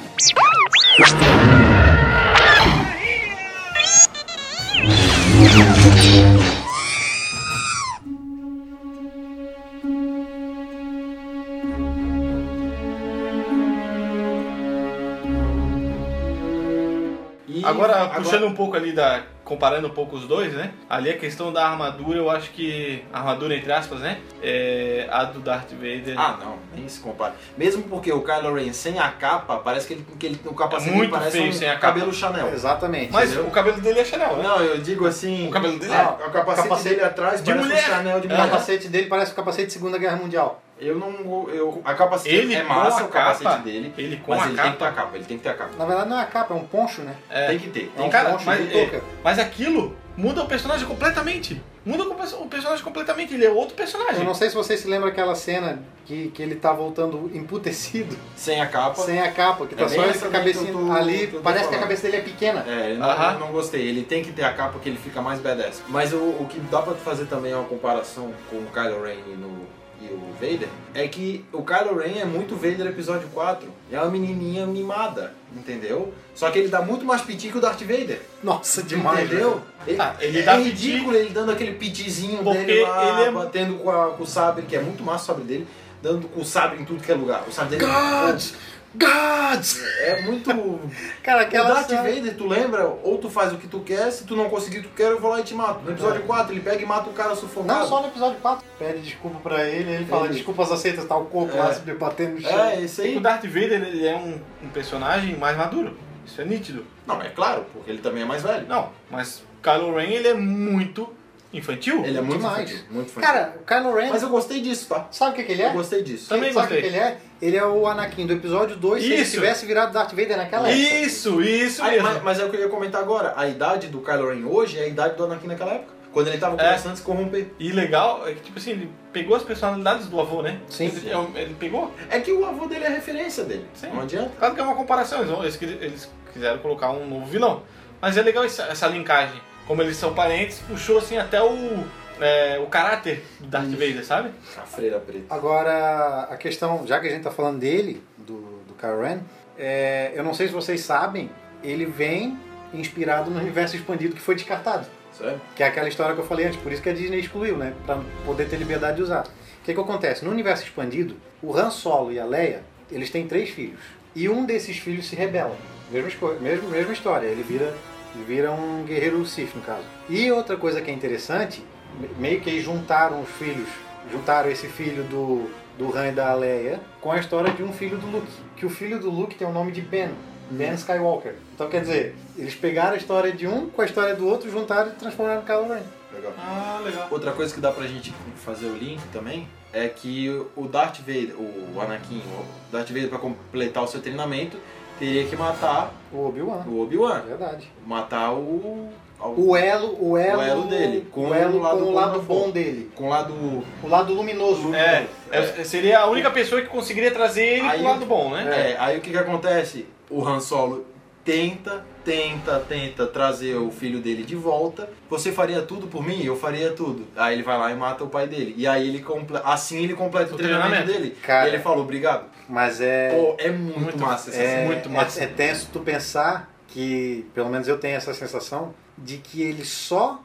Speaker 4: E
Speaker 2: Agora, puxando um pouco ali da. Comparando um pouco os dois, né? Ali a questão da armadura, eu acho que. Armadura entre aspas, né? É a do Darth Vader.
Speaker 4: Ah, não, nem se compara. Mesmo porque o Kylo Ren sem a capa, parece que ele, que ele o capacete
Speaker 2: É muito
Speaker 4: dele parece
Speaker 2: feio
Speaker 4: um
Speaker 2: sem a capa.
Speaker 4: cabelo Chanel.
Speaker 1: Exatamente.
Speaker 2: Mas
Speaker 4: entendeu?
Speaker 2: o cabelo dele é Chanel, né?
Speaker 4: Não, eu digo assim.
Speaker 2: O cabelo dele
Speaker 4: ah, o capacete,
Speaker 1: Capacete
Speaker 4: dele atrás
Speaker 2: de
Speaker 4: parece
Speaker 2: mulher. É.
Speaker 4: um Chanel de
Speaker 1: o
Speaker 4: mulher.
Speaker 1: capacete dele parece o capacete de Segunda Guerra Mundial.
Speaker 4: Eu não. Eu, a capacete
Speaker 2: Ele
Speaker 4: é massa,
Speaker 2: com a
Speaker 4: o capacete
Speaker 2: capa,
Speaker 4: dele.
Speaker 2: ele com
Speaker 4: é- mas
Speaker 2: a
Speaker 4: ele tem
Speaker 2: capa.
Speaker 4: que ter a capa, ele tem que ter a capa.
Speaker 1: Na verdade não é a capa, é um poncho, né?
Speaker 2: É.
Speaker 4: Tem que ter.
Speaker 1: É
Speaker 4: Tem
Speaker 1: um
Speaker 4: que ter.
Speaker 2: Cara,
Speaker 1: poncho
Speaker 2: mas,
Speaker 1: de
Speaker 2: é,
Speaker 1: touca.
Speaker 2: mas aquilo muda o personagem completamente. Muda o perso- o personagem completamente. Ele é outro personagem.
Speaker 1: Eu não sei se vocês se lembram aquela cena que, que ele tá voltando emputecido,
Speaker 4: Sem a capa.
Speaker 1: sem a capa, que tá
Speaker 4: É
Speaker 1: só
Speaker 4: bem
Speaker 1: essa
Speaker 4: essa daí
Speaker 1: cabecinha
Speaker 4: que eu tô-
Speaker 1: ali.
Speaker 4: que eu tô
Speaker 1: parece que a
Speaker 4: falando.
Speaker 1: cabeça dele é pequena.
Speaker 4: É, eu não,
Speaker 2: Aham.
Speaker 4: eu não gostei. Ele tem que ter a capa que ele fica mais badass. Mas o, o que dá pra tu fazer também é uma comparação com o Kylo Ren e, no- e o Vader. É que o Kylo Ren é muito Vader episódio 4. É uma menininha mimada, entendeu? Só que ele dá muito mais piti que o Darth Vader.
Speaker 1: Nossa, demais.
Speaker 4: entendeu? Ele,
Speaker 2: Ah, ele
Speaker 4: é
Speaker 2: dá piti-
Speaker 4: ridículo ele dando aquele pitizinho
Speaker 2: Porque
Speaker 4: dele lá,
Speaker 2: ele é-
Speaker 4: batendo com, a- com o sabre, que é muito massa o sabre dele. Dando com o sabre em tudo que é lugar. O sabre dele.
Speaker 1: God! Gods!
Speaker 4: É muito. O
Speaker 1: Cara, aquela
Speaker 4: Darth
Speaker 1: cena-
Speaker 4: Vader, né, tu lembra? Ou tu faz o que tu quer, se tu não conseguir o que tu quer, eu vou lá e te mato. No episódio 4, ele pega e mata o cara sufocado.
Speaker 1: É. Não só no episódio 4. Pede desculpa pra ele, ele fala,
Speaker 4: Ele-
Speaker 1: desculpas aceitas, tá o corpo
Speaker 4: É.
Speaker 1: lá se debatendo no chão.
Speaker 4: É, esse aí.
Speaker 2: O Darth Vader ele é um, um personagem mais maduro. Isso é nítido.
Speaker 4: Não, é claro, porque ele também é mais velho.
Speaker 2: Não, mas Kylo Ren ele é muito infantil.
Speaker 4: Ele é muito
Speaker 1: Demais.
Speaker 4: infantil, muito infantil.
Speaker 1: Cara, o Kylo Ren,
Speaker 4: mas eu gostei disso, tá?
Speaker 1: sabe o que, que ele
Speaker 4: Eu
Speaker 1: é?
Speaker 4: gostei disso.
Speaker 2: Também
Speaker 1: sabe o que, que
Speaker 2: gostei.
Speaker 1: ele é? Ele é o Anakin do episódio 2, se ele
Speaker 2: Isso.
Speaker 1: tivesse virado Darth Vader naquela época.
Speaker 2: Isso, isso
Speaker 4: um Aí,
Speaker 2: mesmo.
Speaker 4: mas, mas é o que eu ia comentar agora. A idade do Kylo Ren hoje é a idade do Anakin naquela época. Quando ele tava
Speaker 2: É.
Speaker 4: começando a se corromper.
Speaker 2: E legal é que, tipo assim, ele pegou as personalidades do avô, né?
Speaker 1: Sim.
Speaker 2: Ele, é um- ele pegou.
Speaker 4: É que o avô dele é a referência dele.
Speaker 2: Sim.
Speaker 4: Não adianta.
Speaker 2: Claro que é uma comparação, eles, vão- eles qui- eles quiseram colocar um novo vilão. Mas é legal essa, essa linkagem. Como eles são parentes, puxou assim até o, é, o caráter do Darth Vader, sabe?
Speaker 4: A freira preta.
Speaker 1: Agora, a questão, já que a gente tá falando dele, do, do Kylo Ren, é, eu não sei se vocês sabem, ele vem inspirado no universo expandido que foi descartado.
Speaker 4: Sério?
Speaker 1: Que é aquela história que eu falei antes, por isso que a Disney excluiu, né? Pra poder ter liberdade de usar. O que, que acontece? No universo expandido, o Han Solo e a Leia, eles têm três filhos. E um desses filhos se rebela. Mesma, esco- mesmo, mesma história, ele vira, ele vira um guerreiro Sith, no caso. E outra coisa que é interessante, me- meio que eles juntaram os filhos, juntaram esse filho do, do Han e da Leia com a história de um filho do Luke. Que o filho do Luke tem o nome de Ben. Ben Skywalker. Então quer dizer, eles pegaram a história de um com a história do outro, juntaram e transformaram no Kylo Ren.
Speaker 4: Legal.
Speaker 2: Ah, legal.
Speaker 4: Outra coisa que dá pra gente fazer o link também é que o Darth Vader, o Anakin, o Darth Vader pra completar o seu treinamento, teria que matar
Speaker 1: O Obi-Wan. É
Speaker 4: o Obi-Wan.
Speaker 1: Verdade.
Speaker 4: Matar o. o-
Speaker 1: O elo, o elo,
Speaker 4: O elo dele, com
Speaker 1: o elo
Speaker 4: o lado
Speaker 1: com o
Speaker 4: bom
Speaker 1: lado
Speaker 4: da
Speaker 1: bom
Speaker 4: força.
Speaker 1: dele,
Speaker 4: Com o lado.
Speaker 1: o lado luminoso.
Speaker 2: É, é, seria a única pessoa que conseguiria trazer ele pro
Speaker 4: Aí eu-
Speaker 2: lado bom, né?
Speaker 4: É, aí o que que acontece? O Han Solo tenta, tenta, tenta trazer o filho dele de volta. Você faria tudo por mim? Eu faria tudo. Aí ele vai lá e mata o pai dele. E aí ele completa, assim ele completa o,
Speaker 2: O
Speaker 4: treinamento,
Speaker 2: treinamento.
Speaker 4: dele.
Speaker 1: Cara.
Speaker 4: E ele fala obrigado.
Speaker 1: Mas é
Speaker 4: Pô, é muito,
Speaker 2: Muito-
Speaker 4: massa essa
Speaker 1: é,
Speaker 4: cena.
Speaker 2: muito massa.
Speaker 1: é, é tenso tu pensar que, pelo menos eu tenho essa sensação de que ele só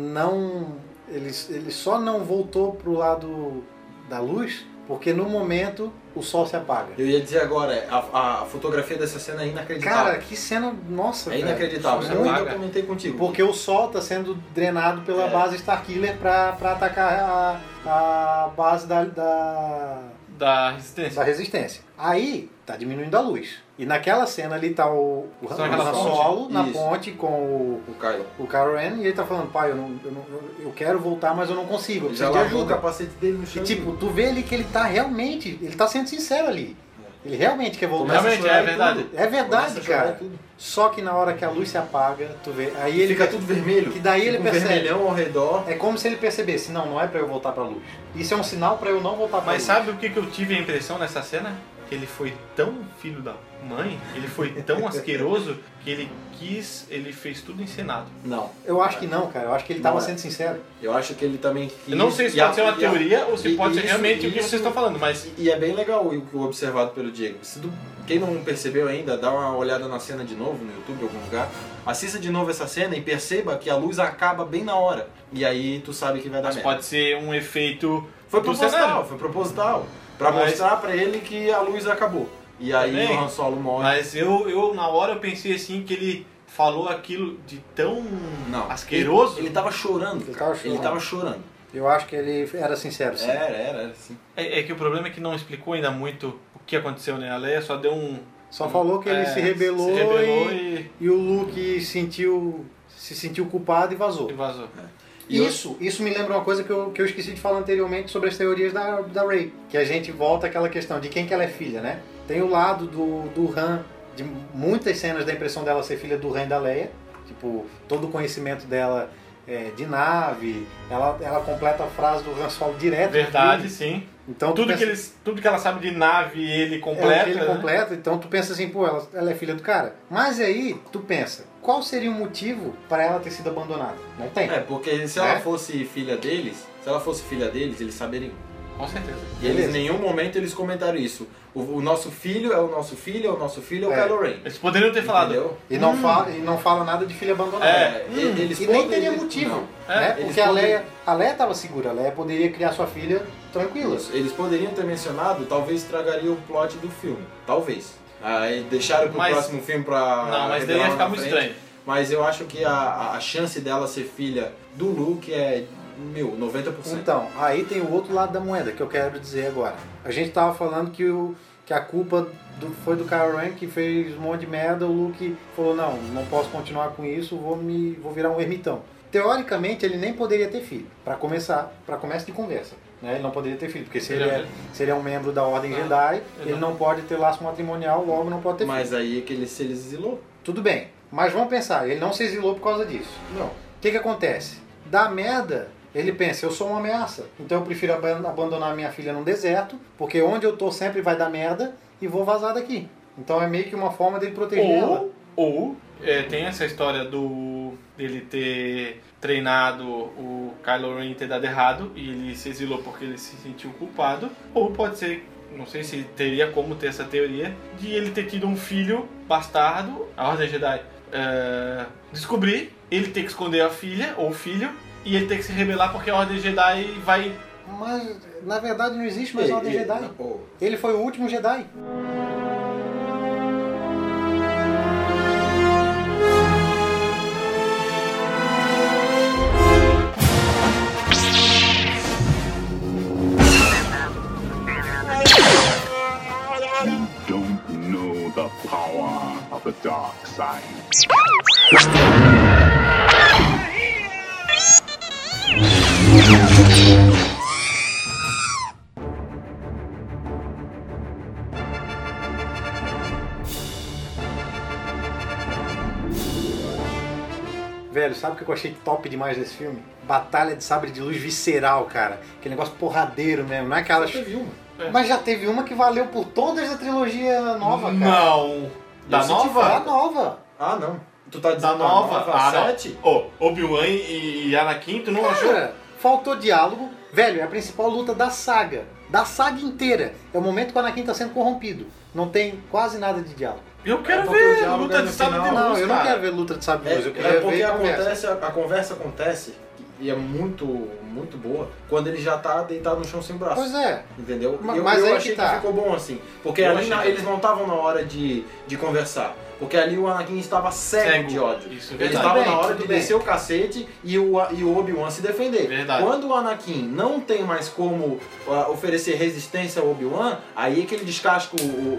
Speaker 1: não ele, ele só não voltou pro lado da luz porque no momento o sol se apaga.
Speaker 4: Eu ia dizer agora, a, a fotografia dessa cena é
Speaker 1: Cara,
Speaker 4: inacreditável.
Speaker 1: que cena, nossa,
Speaker 4: é
Speaker 1: cara.
Speaker 4: inacreditável.
Speaker 2: Você
Speaker 4: Eu
Speaker 2: paga.
Speaker 4: ainda comentei contigo.
Speaker 1: Porque o Sol está sendo drenado pela
Speaker 4: É.
Speaker 1: base Starkiller pra, pra atacar a, a base da, da,
Speaker 2: Da resistência.
Speaker 1: da resistência. Aí tá diminuindo a luz. E naquela cena ali tá o, o,
Speaker 2: Só naquela
Speaker 1: Han Solo
Speaker 4: ponte?
Speaker 1: na
Speaker 4: Isso.
Speaker 1: ponte com o,
Speaker 4: o Kylo.
Speaker 1: o Kylo Ren e ele tá falando, pai, eu, não, eu, não- eu quero voltar, mas eu não consigo, eu
Speaker 4: Já
Speaker 1: preciso de
Speaker 4: lavou o
Speaker 1: ajuda.
Speaker 4: capacete dele no
Speaker 1: E
Speaker 4: chão.
Speaker 1: tipo, tu vê ali que ele tá realmente, ele tá sendo sincero ali. Ele realmente quer voltar.
Speaker 4: Começa a
Speaker 2: Realmente,
Speaker 4: chorar
Speaker 2: é
Speaker 4: e
Speaker 2: verdade.
Speaker 4: tudo.
Speaker 1: É verdade,
Speaker 4: Começa a chorar
Speaker 1: cara.
Speaker 4: e tudo.
Speaker 1: Só que na hora que a luz se apaga, tu vê. Aí
Speaker 4: E
Speaker 1: ele
Speaker 4: ele fica tudo vermelho.
Speaker 1: Que daí ele
Speaker 4: fica um
Speaker 1: percebe.
Speaker 4: vermelhão ao redor.
Speaker 1: É como se ele percebesse, não, não é pra eu voltar pra luz. Isso é um sinal pra eu não voltar pra luz.
Speaker 2: Mas sabe o que, que eu tive a impressão nessa cena? Que ele foi tão filho da mãe, ele foi tão asqueroso, que ele quis, ele fez tudo encenado.
Speaker 4: Não.
Speaker 1: Eu acho que não, cara. Eu acho que ele
Speaker 4: Não
Speaker 1: tava
Speaker 4: é.
Speaker 1: sendo sincero.
Speaker 4: Eu acho que ele também quis...
Speaker 2: Eu não sei se
Speaker 4: e a-
Speaker 2: pode ser uma
Speaker 4: e a-
Speaker 2: teoria ou se
Speaker 4: e-
Speaker 2: pode ser
Speaker 4: isso-
Speaker 2: realmente o que
Speaker 4: isso-
Speaker 2: vocês estão falando, mas
Speaker 4: E é bem legal o o observado pelo Diego. Se tu- quem não percebeu ainda, dá uma olhada na cena de novo no YouTube, em algum lugar. Assista de novo essa cena e perceba que a luz acaba bem na hora. E aí tu sabe que vai dar
Speaker 2: Mas
Speaker 4: merda.
Speaker 2: pode ser um efeito.
Speaker 4: Foi
Speaker 2: do
Speaker 4: proposital,
Speaker 2: cenário.
Speaker 4: foi proposital. Pra
Speaker 2: Mas-
Speaker 4: mostrar pra ele que a luz acabou. E aí
Speaker 2: Também.
Speaker 4: o Han Solo morre.
Speaker 2: Mas eu, eu, na hora, eu pensei assim que ele falou aquilo de tão
Speaker 4: Não.
Speaker 2: asqueroso.
Speaker 4: Ele, ele tava chorando.
Speaker 1: Ele
Speaker 4: cara.
Speaker 1: tava chorando.
Speaker 4: Ele tava chorando.
Speaker 1: Eu acho que ele era sincero, sim.
Speaker 4: Era, era, era assim.
Speaker 2: É, é que o problema é que não explicou ainda muito o que aconteceu, né? A Leia só deu um.
Speaker 1: Só falou que ele
Speaker 2: é,
Speaker 1: se rebelou,
Speaker 2: se rebelou
Speaker 1: e,
Speaker 2: e...
Speaker 1: e o Luke sentiu, se sentiu culpado e vazou.
Speaker 2: e vazou.
Speaker 4: E eu-
Speaker 1: Isso, isso me lembra uma coisa que eu, que eu esqueci de falar anteriormente sobre as teorias da, da Rey. Que a gente volta àquela questão de quem que ela é filha, né? Tem o lado do, do Han, de muitas cenas da impressão dela ser filha do Han e da Leia. Tipo, todo o conhecimento dela é, de nave, ela, ela completa a frase do Han Solo
Speaker 4: É
Speaker 1: direto.
Speaker 2: Verdade, sim.
Speaker 1: Então, tu
Speaker 2: Tudo que,
Speaker 1: pensa-
Speaker 2: eles, tudo que ela sabe de nave, ele
Speaker 1: é,
Speaker 2: completa.
Speaker 1: ele
Speaker 2: né?
Speaker 1: completa, então tu pensa assim, pô, ela, ela é filha do cara. Mas aí, tu pensa, qual seria o motivo para ela ter sido abandonada? Não tem.
Speaker 4: É, porque se ela
Speaker 1: Né?
Speaker 4: fosse filha deles, se ela fosse filha deles, eles saberiam.
Speaker 2: Com certeza.
Speaker 4: E eles,
Speaker 1: Beleza.
Speaker 4: em nenhum momento eles comentaram isso. O, o nosso filho é o nosso filho, é o nosso filho, é o
Speaker 1: É.
Speaker 4: Kylo Ren.
Speaker 2: Eles poderiam ter falado.
Speaker 4: Entendeu?
Speaker 1: E, não fala, e não fala nada de filha abandonada.
Speaker 2: Hum. É.
Speaker 4: e-
Speaker 2: Hum.
Speaker 4: eles
Speaker 1: E nem
Speaker 4: poderiam-
Speaker 1: teria motivo,
Speaker 4: Não.
Speaker 2: É,
Speaker 1: né?
Speaker 4: eles
Speaker 1: Porque a
Speaker 4: podem-
Speaker 1: Leia, a Leia tava segura, a Leia poderia criar sua filha tranquila.
Speaker 4: Eles poderiam ter mencionado, talvez estragaria o plot do filme. Talvez. Aí deixaram pro
Speaker 2: Mas-
Speaker 4: próximo filme pra.
Speaker 2: Não, mas daí
Speaker 4: Ah, revelar
Speaker 2: ia
Speaker 4: lá
Speaker 2: ficar
Speaker 4: na
Speaker 2: muito
Speaker 4: frente.
Speaker 2: estranho.
Speaker 4: Mas eu acho que a, a chance dela ser filha do Luke é, meu, 90%.
Speaker 1: Então, aí tem o outro lado da moeda que eu quero dizer agora. A gente tava falando que, o, que a culpa do- foi do Kylo Ren que fez um monte de merda, o Luke falou, não, não posso continuar com isso, vou, me, vou virar um ermitão. Teoricamente, ele nem poderia ter filho, para começar, para começo de conversa. Né? Ele não poderia ter filho, porque se ele,
Speaker 2: Ele é-
Speaker 1: é, se ele é um membro da Ordem
Speaker 2: Ah,
Speaker 1: Jedi,
Speaker 2: ele
Speaker 1: ele não pode ter laço matrimonial, logo não pode ter filho.
Speaker 4: mas aí é que ele se ele exilou.
Speaker 1: Tudo bem, mas vamos pensar, ele não se exilou por causa disso.
Speaker 4: Não.
Speaker 1: O que, que acontece? Da merda, ele pensa, eu sou uma ameaça, então eu prefiro aban- abandonar minha filha num deserto, porque onde eu tô sempre vai dar merda e vou vazar daqui. Então é meio que uma forma dele proteger ela.
Speaker 2: Ou, ou é, tem essa história do dele ter treinado o Kylo Ren e ter dado errado e ele se exilou porque ele se sentiu culpado. Ou pode ser, não sei se teria como ter essa teoria, de ele ter tido um filho bastardo, a Ordem Jedi é, descobrir, ele ter que esconder a filha ou o filho e ele ter que se rebelar porque a Ordem Jedi vai.
Speaker 1: Mas na verdade não existe mais
Speaker 4: Ei,
Speaker 1: ordem
Speaker 4: ei,
Speaker 1: Jedi.
Speaker 4: não, pô.
Speaker 1: Ele foi o último Jedi.
Speaker 3: Don't know the power of the dark side.
Speaker 1: Velho, sabe o que eu achei top demais desse filme? Batalha de sabre de luz visceral, cara. Aquele negócio porradeiro mesmo, não é aquela.
Speaker 4: Teve uma.
Speaker 1: Mas já teve uma que valeu por todas a trilogia nova, cara.
Speaker 2: Não! Da
Speaker 4: Eu
Speaker 1: É
Speaker 4: senti
Speaker 1: a
Speaker 2: nova?
Speaker 1: nova.
Speaker 4: Ah, não. Tu tá
Speaker 2: Da
Speaker 4: dizendo
Speaker 2: nova? Ah, não.
Speaker 4: sete?
Speaker 2: Ô, Obi-Wan e e Anakin, tu não achou?
Speaker 1: Cara, faltou diálogo. Velho, é a principal luta da saga. Da saga inteira. É o momento que o Anakin tá sendo corrompido. Não tem quase nada de diálogo.
Speaker 2: Eu quero
Speaker 4: porque o
Speaker 2: ver
Speaker 4: diálogo é
Speaker 2: luta
Speaker 4: no
Speaker 2: de sabre de
Speaker 4: final.
Speaker 2: luz,
Speaker 1: Não, eu não
Speaker 2: cara.
Speaker 1: quero ver luta de sabre de luz. Eu
Speaker 4: É,
Speaker 1: queria
Speaker 4: é porque
Speaker 1: ver conversa.
Speaker 4: acontece, a conversa acontece e é muito, muito boa quando ele já tá deitado no chão sem braço.
Speaker 1: Pois é.
Speaker 4: Entendeu?
Speaker 1: Ma-
Speaker 4: eu,
Speaker 1: mas
Speaker 4: eu
Speaker 1: aí que
Speaker 4: achei que,
Speaker 1: tá.
Speaker 4: ficou bom assim. Porque
Speaker 2: Eu
Speaker 4: ali
Speaker 2: achei
Speaker 4: na-
Speaker 2: que-
Speaker 4: eles não estavam na hora de, de conversar. Porque ali o Anakin estava cego,
Speaker 2: Cego.
Speaker 4: de ódio.
Speaker 2: Isso, tá
Speaker 4: ele
Speaker 2: verdade.
Speaker 4: tá estava
Speaker 1: Tudo
Speaker 4: na
Speaker 1: bem,
Speaker 4: hora
Speaker 1: tudo
Speaker 4: de
Speaker 1: bem.
Speaker 4: descer o cacete e o, e o Obi-Wan se defender.
Speaker 2: Verdade.
Speaker 4: Quando o Anakin não tem mais como ah, oferecer resistência ao Obi-Wan, aí é que ele descasca o- o-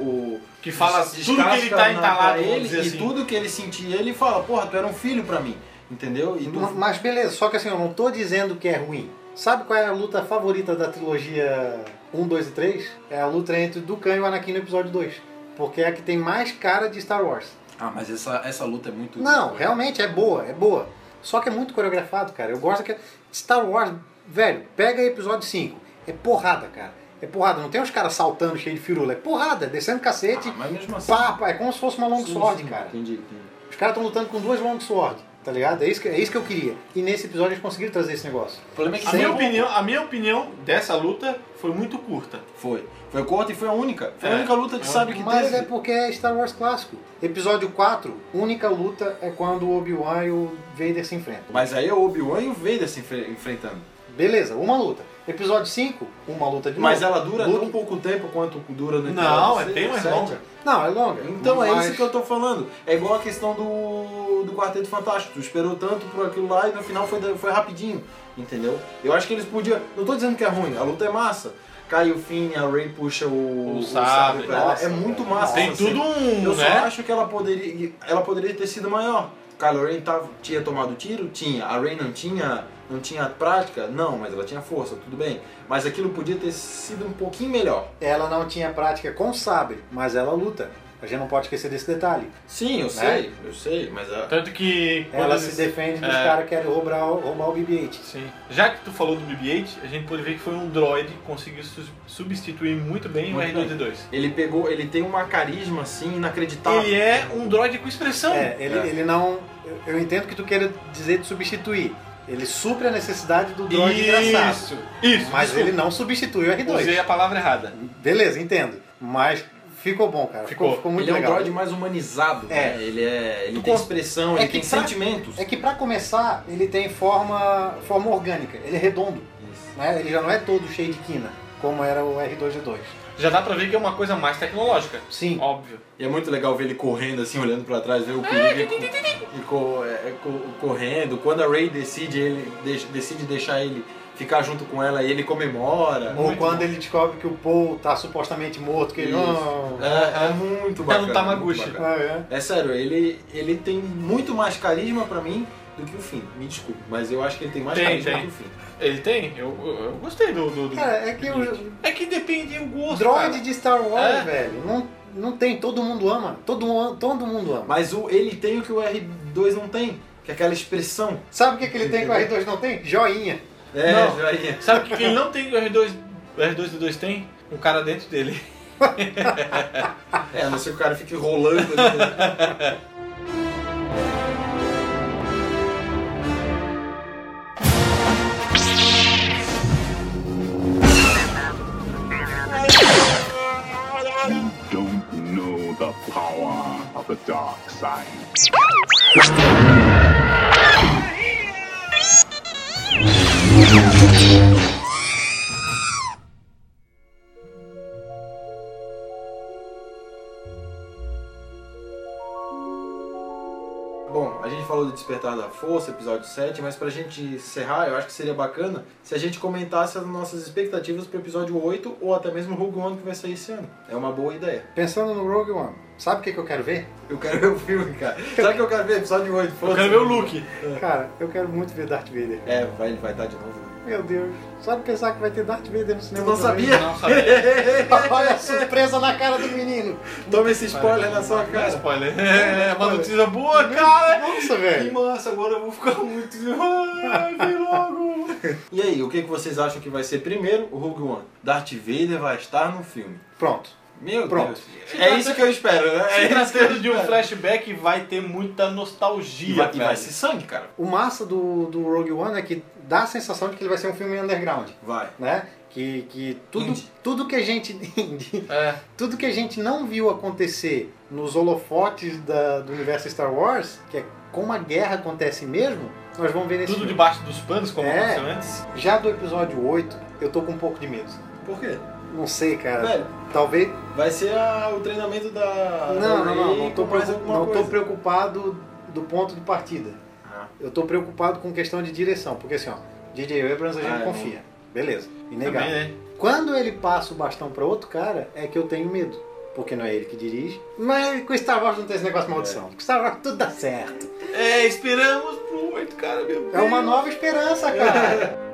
Speaker 4: o,
Speaker 2: Que fala
Speaker 4: Des-
Speaker 2: tudo que ele
Speaker 4: descasca
Speaker 2: tá
Speaker 4: na-
Speaker 2: entalado,
Speaker 4: pra
Speaker 2: vamos
Speaker 4: ele,
Speaker 2: dizer
Speaker 4: e
Speaker 2: assim.
Speaker 4: tudo que ele sentia, ele fala, porra, tu era um filho pra mim, entendeu? E tu-
Speaker 1: Ma- é- Mas beleza, só que assim, eu não tô dizendo que é ruim. Sabe qual é a luta favorita da trilogia 1, 2 e 3? É a luta entre o Dukan e o Anakin no episódio 2. Porque é a que tem mais cara de Star Wars.
Speaker 4: Ah, mas essa, essa luta é muito...
Speaker 1: Não, realmente é boa, é boa. Só que é muito coreografado, cara. Eu gosto que. Star Wars, velho, pega episódio 5. É porrada, cara. É porrada. Não tem os caras saltando cheio de firula. É porrada, descendo cacete.
Speaker 4: Ah, mas mesmo assim...
Speaker 1: pá, pá, é como se fosse uma long
Speaker 4: Sim,
Speaker 1: sword,
Speaker 4: sim,
Speaker 1: cara.
Speaker 4: Entendi, entendi.
Speaker 1: Os caras estão lutando com duas long sword, tá ligado? É isso, que, é isso que eu queria. E nesse episódio eles conseguiram trazer esse negócio.
Speaker 4: O problema é que
Speaker 2: A minha, opinião, a minha opinião dessa luta foi muito curta.
Speaker 4: Foi. Foi corta e foi a única. Foi
Speaker 2: É.
Speaker 4: a única luta de
Speaker 2: É.
Speaker 4: sabre que
Speaker 1: Mas
Speaker 4: teve.
Speaker 1: é porque é Star Wars clássico. Episódio 4, única luta é quando o Obi-Wan e o Vader se enfrentam.
Speaker 4: Mas aí é o Obi-Wan e o Vader se enfre- enfrentando.
Speaker 1: Beleza, uma luta. Episódio 5, uma luta de novo.
Speaker 4: Mas ela dura
Speaker 1: Luke-
Speaker 4: tão pouco tempo quanto dura no episódio
Speaker 2: Não, é
Speaker 4: seis,
Speaker 2: bem mais
Speaker 4: sete.
Speaker 2: longa.
Speaker 1: Não, é longa.
Speaker 4: Então é
Speaker 1: Mas-
Speaker 4: isso que eu tô falando. É igual a questão do, do Quarteto Fantástico. Tu esperou tanto por aquilo lá e no final foi, da- foi rapidinho. Entendeu? Eu acho que eles podiam. Não tô dizendo que é ruim, a luta é massa. Cai o Finn, a Ray puxa o,
Speaker 2: O sabre.
Speaker 4: pra ela.
Speaker 1: Nossa,
Speaker 4: é muito
Speaker 1: velho.
Speaker 4: massa.
Speaker 2: Tem
Speaker 4: assim.
Speaker 2: tudo um,
Speaker 4: Eu só
Speaker 2: né?
Speaker 4: acho que ela poderia, ela poderia ter sido maior. Kylo Ren tava, tinha tomado tiro? Tinha. A Rey não tinha, não tinha prática? Não, mas ela tinha força, tudo bem. Mas aquilo podia ter sido um pouquinho melhor.
Speaker 1: Ela não tinha prática com sabre, mas ela luta. A gente não pode esquecer desse detalhe.
Speaker 4: Sim, eu
Speaker 1: Né?
Speaker 4: sei, eu sei, mas ah, a,
Speaker 2: Tanto que... quando
Speaker 1: Ela
Speaker 2: eles-
Speaker 1: se defende dos
Speaker 2: é.
Speaker 1: caras que querem roubar, o- roubar o BB-8.
Speaker 2: Sim. Já que tu falou do BB-8, a gente pode ver que foi um droid que conseguiu su- substituir muito bem
Speaker 4: Muito
Speaker 2: o R2-D2.
Speaker 4: Ele pegou, ele tem uma carisma assim inacreditável.
Speaker 2: Ele é um droid com expressão.
Speaker 1: É, ele,
Speaker 4: É.
Speaker 1: ele não. eu- Eu entendo que tu queira dizer de substituir. Ele supre a necessidade do droid engraçado.
Speaker 2: Isso, isso.
Speaker 1: Mas
Speaker 2: desculpa.
Speaker 1: ele não substitui o R2.
Speaker 2: Usei a palavra errada.
Speaker 1: Beleza, entendo. Mas ficou bom, cara. Ficou,
Speaker 2: Ficou.
Speaker 1: ficou muito
Speaker 4: ele
Speaker 1: legal.
Speaker 4: é um droid mais humanizado.
Speaker 1: É.
Speaker 4: né? Ele é, ele
Speaker 1: Tu
Speaker 4: tem
Speaker 1: cons-
Speaker 4: expressão,
Speaker 1: é
Speaker 4: ele
Speaker 1: que
Speaker 4: tem
Speaker 1: pra-
Speaker 4: sentimentos.
Speaker 1: É que pra começar, ele tem forma, forma orgânica. Ele é redondo.
Speaker 4: Isso.
Speaker 1: né? Ele já não é todo cheio de quina. como era o R2D2.
Speaker 2: Já dá pra ver que é uma coisa mais tecnológica.
Speaker 1: Sim.
Speaker 2: Óbvio.
Speaker 4: E é muito legal ver ele correndo assim, olhando pra trás, ver o perigo e co- e co- é, co- correndo. Quando a Ray decide, ele deix- decide deixar ele ficar junto com ela e ele comemora.
Speaker 1: Ou
Speaker 2: é Muito
Speaker 1: quando
Speaker 2: bom.
Speaker 1: ele descobre que o Paul tá supostamente morto, que ele.
Speaker 4: Isso.
Speaker 1: "Ah,
Speaker 4: É, é muito bacana. muito
Speaker 2: Tamagotchi.
Speaker 4: bacana.
Speaker 1: ah, é."
Speaker 4: É sério, ele, ele tem muito mais carisma pra mim do que o Finn. Me desculpe, mas eu acho que ele tem mais
Speaker 2: Tem,
Speaker 4: carisma
Speaker 2: tem.
Speaker 4: que o Finn.
Speaker 2: Ele tem? Eu, eu, eu gostei do. do, do-
Speaker 1: Cara, é que o,
Speaker 2: É que depende do
Speaker 1: O
Speaker 2: gosto.
Speaker 1: droid
Speaker 2: cara.
Speaker 1: de Star Wars,
Speaker 2: É.
Speaker 1: velho, não, não tem, todo mundo ama. Todo, mu- todo mundo ama.
Speaker 4: Mas o, ele tem o que o R2 não tem, que é aquela expressão.
Speaker 1: Sabe o que, que ele tem que o R2 não tem? Joinha.
Speaker 4: É,
Speaker 2: Não.
Speaker 4: joinha.
Speaker 2: Sabe o que que ele não tem que o R2 o R2D2 tem? Um cara dentro dele.
Speaker 4: É, a não ser que o cara fique rolando. ali.
Speaker 3: Don't know the power of the dark side.
Speaker 4: Bom, a gente falou do Despertar da Força, episódio 7, mas pra gente encerrar, eu acho que seria bacana se a gente comentasse as nossas expectativas pro episódio 8 ou até mesmo o Rogue One que vai sair esse ano. É uma boa ideia.
Speaker 1: Pensando no Rogue One, sabe o que, que eu quero ver?
Speaker 4: Eu quero ver o filme, cara. Sabe o que eu quero ver? Episódio 8.
Speaker 2: Eu quero ver o Luke.
Speaker 1: Cara, eu quero muito ver Darth Vader.
Speaker 4: É, vai, ele vai estar de novo. né?
Speaker 1: Meu Deus, só de pensar que vai ter Darth Vader no
Speaker 4: Tu
Speaker 1: cinema.
Speaker 4: não
Speaker 1: também.
Speaker 4: sabia?
Speaker 2: Não sabia.
Speaker 1: Olha a surpresa na cara do menino.
Speaker 4: né? Toma esse spoiler na sua
Speaker 2: Não é
Speaker 4: cara.
Speaker 2: spoiler. É uma notícia boa, cara.
Speaker 1: Nossa,
Speaker 2: Que
Speaker 1: velho.
Speaker 2: massa, agora eu vou ficar muito. Ai, vem logo.
Speaker 4: E aí, o que que vocês acham que vai ser primeiro? O Rogue One. Darth Vader vai estar no filme.
Speaker 1: Pronto.
Speaker 4: Meu
Speaker 1: Pronto.
Speaker 4: Deus. É isso que eu espero, né?
Speaker 2: Se
Speaker 4: É isso que eu
Speaker 2: tratando de um
Speaker 4: espero.
Speaker 2: flashback, vai ter muita nostalgia.
Speaker 4: E vai, e
Speaker 2: velho.
Speaker 4: vai ser sangue, cara.
Speaker 1: O massa do, do Rogue One é que dá a sensação de que ele vai ser um filme underground,
Speaker 4: Vai.
Speaker 1: né? Que, que tudo,
Speaker 4: Indie.
Speaker 1: tudo que a gente. Indie.
Speaker 2: É.
Speaker 1: Tudo que a gente não viu acontecer nos holofotes da- do universo Star Wars, que é como a guerra acontece mesmo, nós vamos ver nesse
Speaker 2: Tudo
Speaker 1: filme.
Speaker 2: debaixo dos panos, como
Speaker 1: É.
Speaker 2: aconteceu antes.
Speaker 1: Já do episódio 8, eu tô com um pouco de medo.
Speaker 4: Por quê?
Speaker 1: Não sei, cara.
Speaker 4: Velho,
Speaker 1: Talvez.
Speaker 4: vai ser a- o treinamento da.
Speaker 1: Não,
Speaker 4: da
Speaker 1: não, não.
Speaker 4: Rey
Speaker 1: Não tô,
Speaker 4: com mais
Speaker 1: preocup-
Speaker 4: alguma
Speaker 1: não tô
Speaker 4: coisa.
Speaker 1: preocupado do ponto de partida.
Speaker 4: Ah.
Speaker 1: Eu tô preocupado com questão de direção, porque assim, ó, DJ Abrams a
Speaker 4: Ah,
Speaker 1: gente
Speaker 4: é,
Speaker 1: confia. Beleza, inegável.
Speaker 2: Também, né?
Speaker 1: Quando ele passa o bastão pra outro cara, é que eu tenho medo. Porque não é ele que dirige. Mas com Star Wars não tem esse negócio de maldição. Com Star Wars tudo dá certo.
Speaker 2: É, esperamos pro 8, cara, meu Deus.
Speaker 1: É uma nova esperança, cara.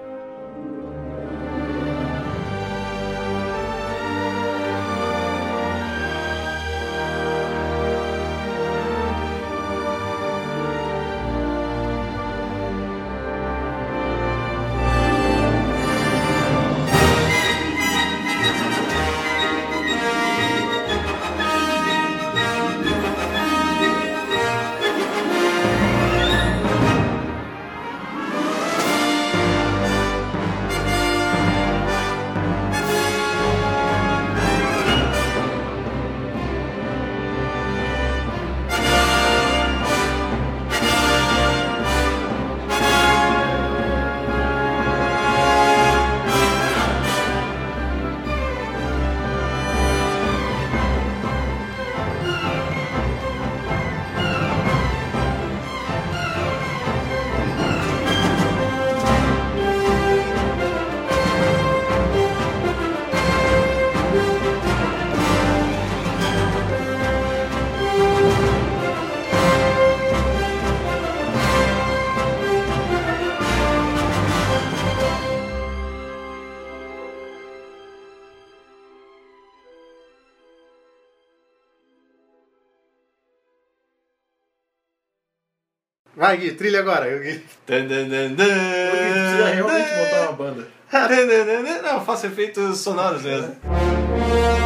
Speaker 1: Vai, Gui, trilha agora. Eu- Gui.
Speaker 2: Dan, dan, dan, dan,
Speaker 4: Porque
Speaker 1: É.
Speaker 4: Precisa realmente montar uma banda.
Speaker 2: dan, dan, dan, dan. Não, eu faço efeitos sonoros mesmo.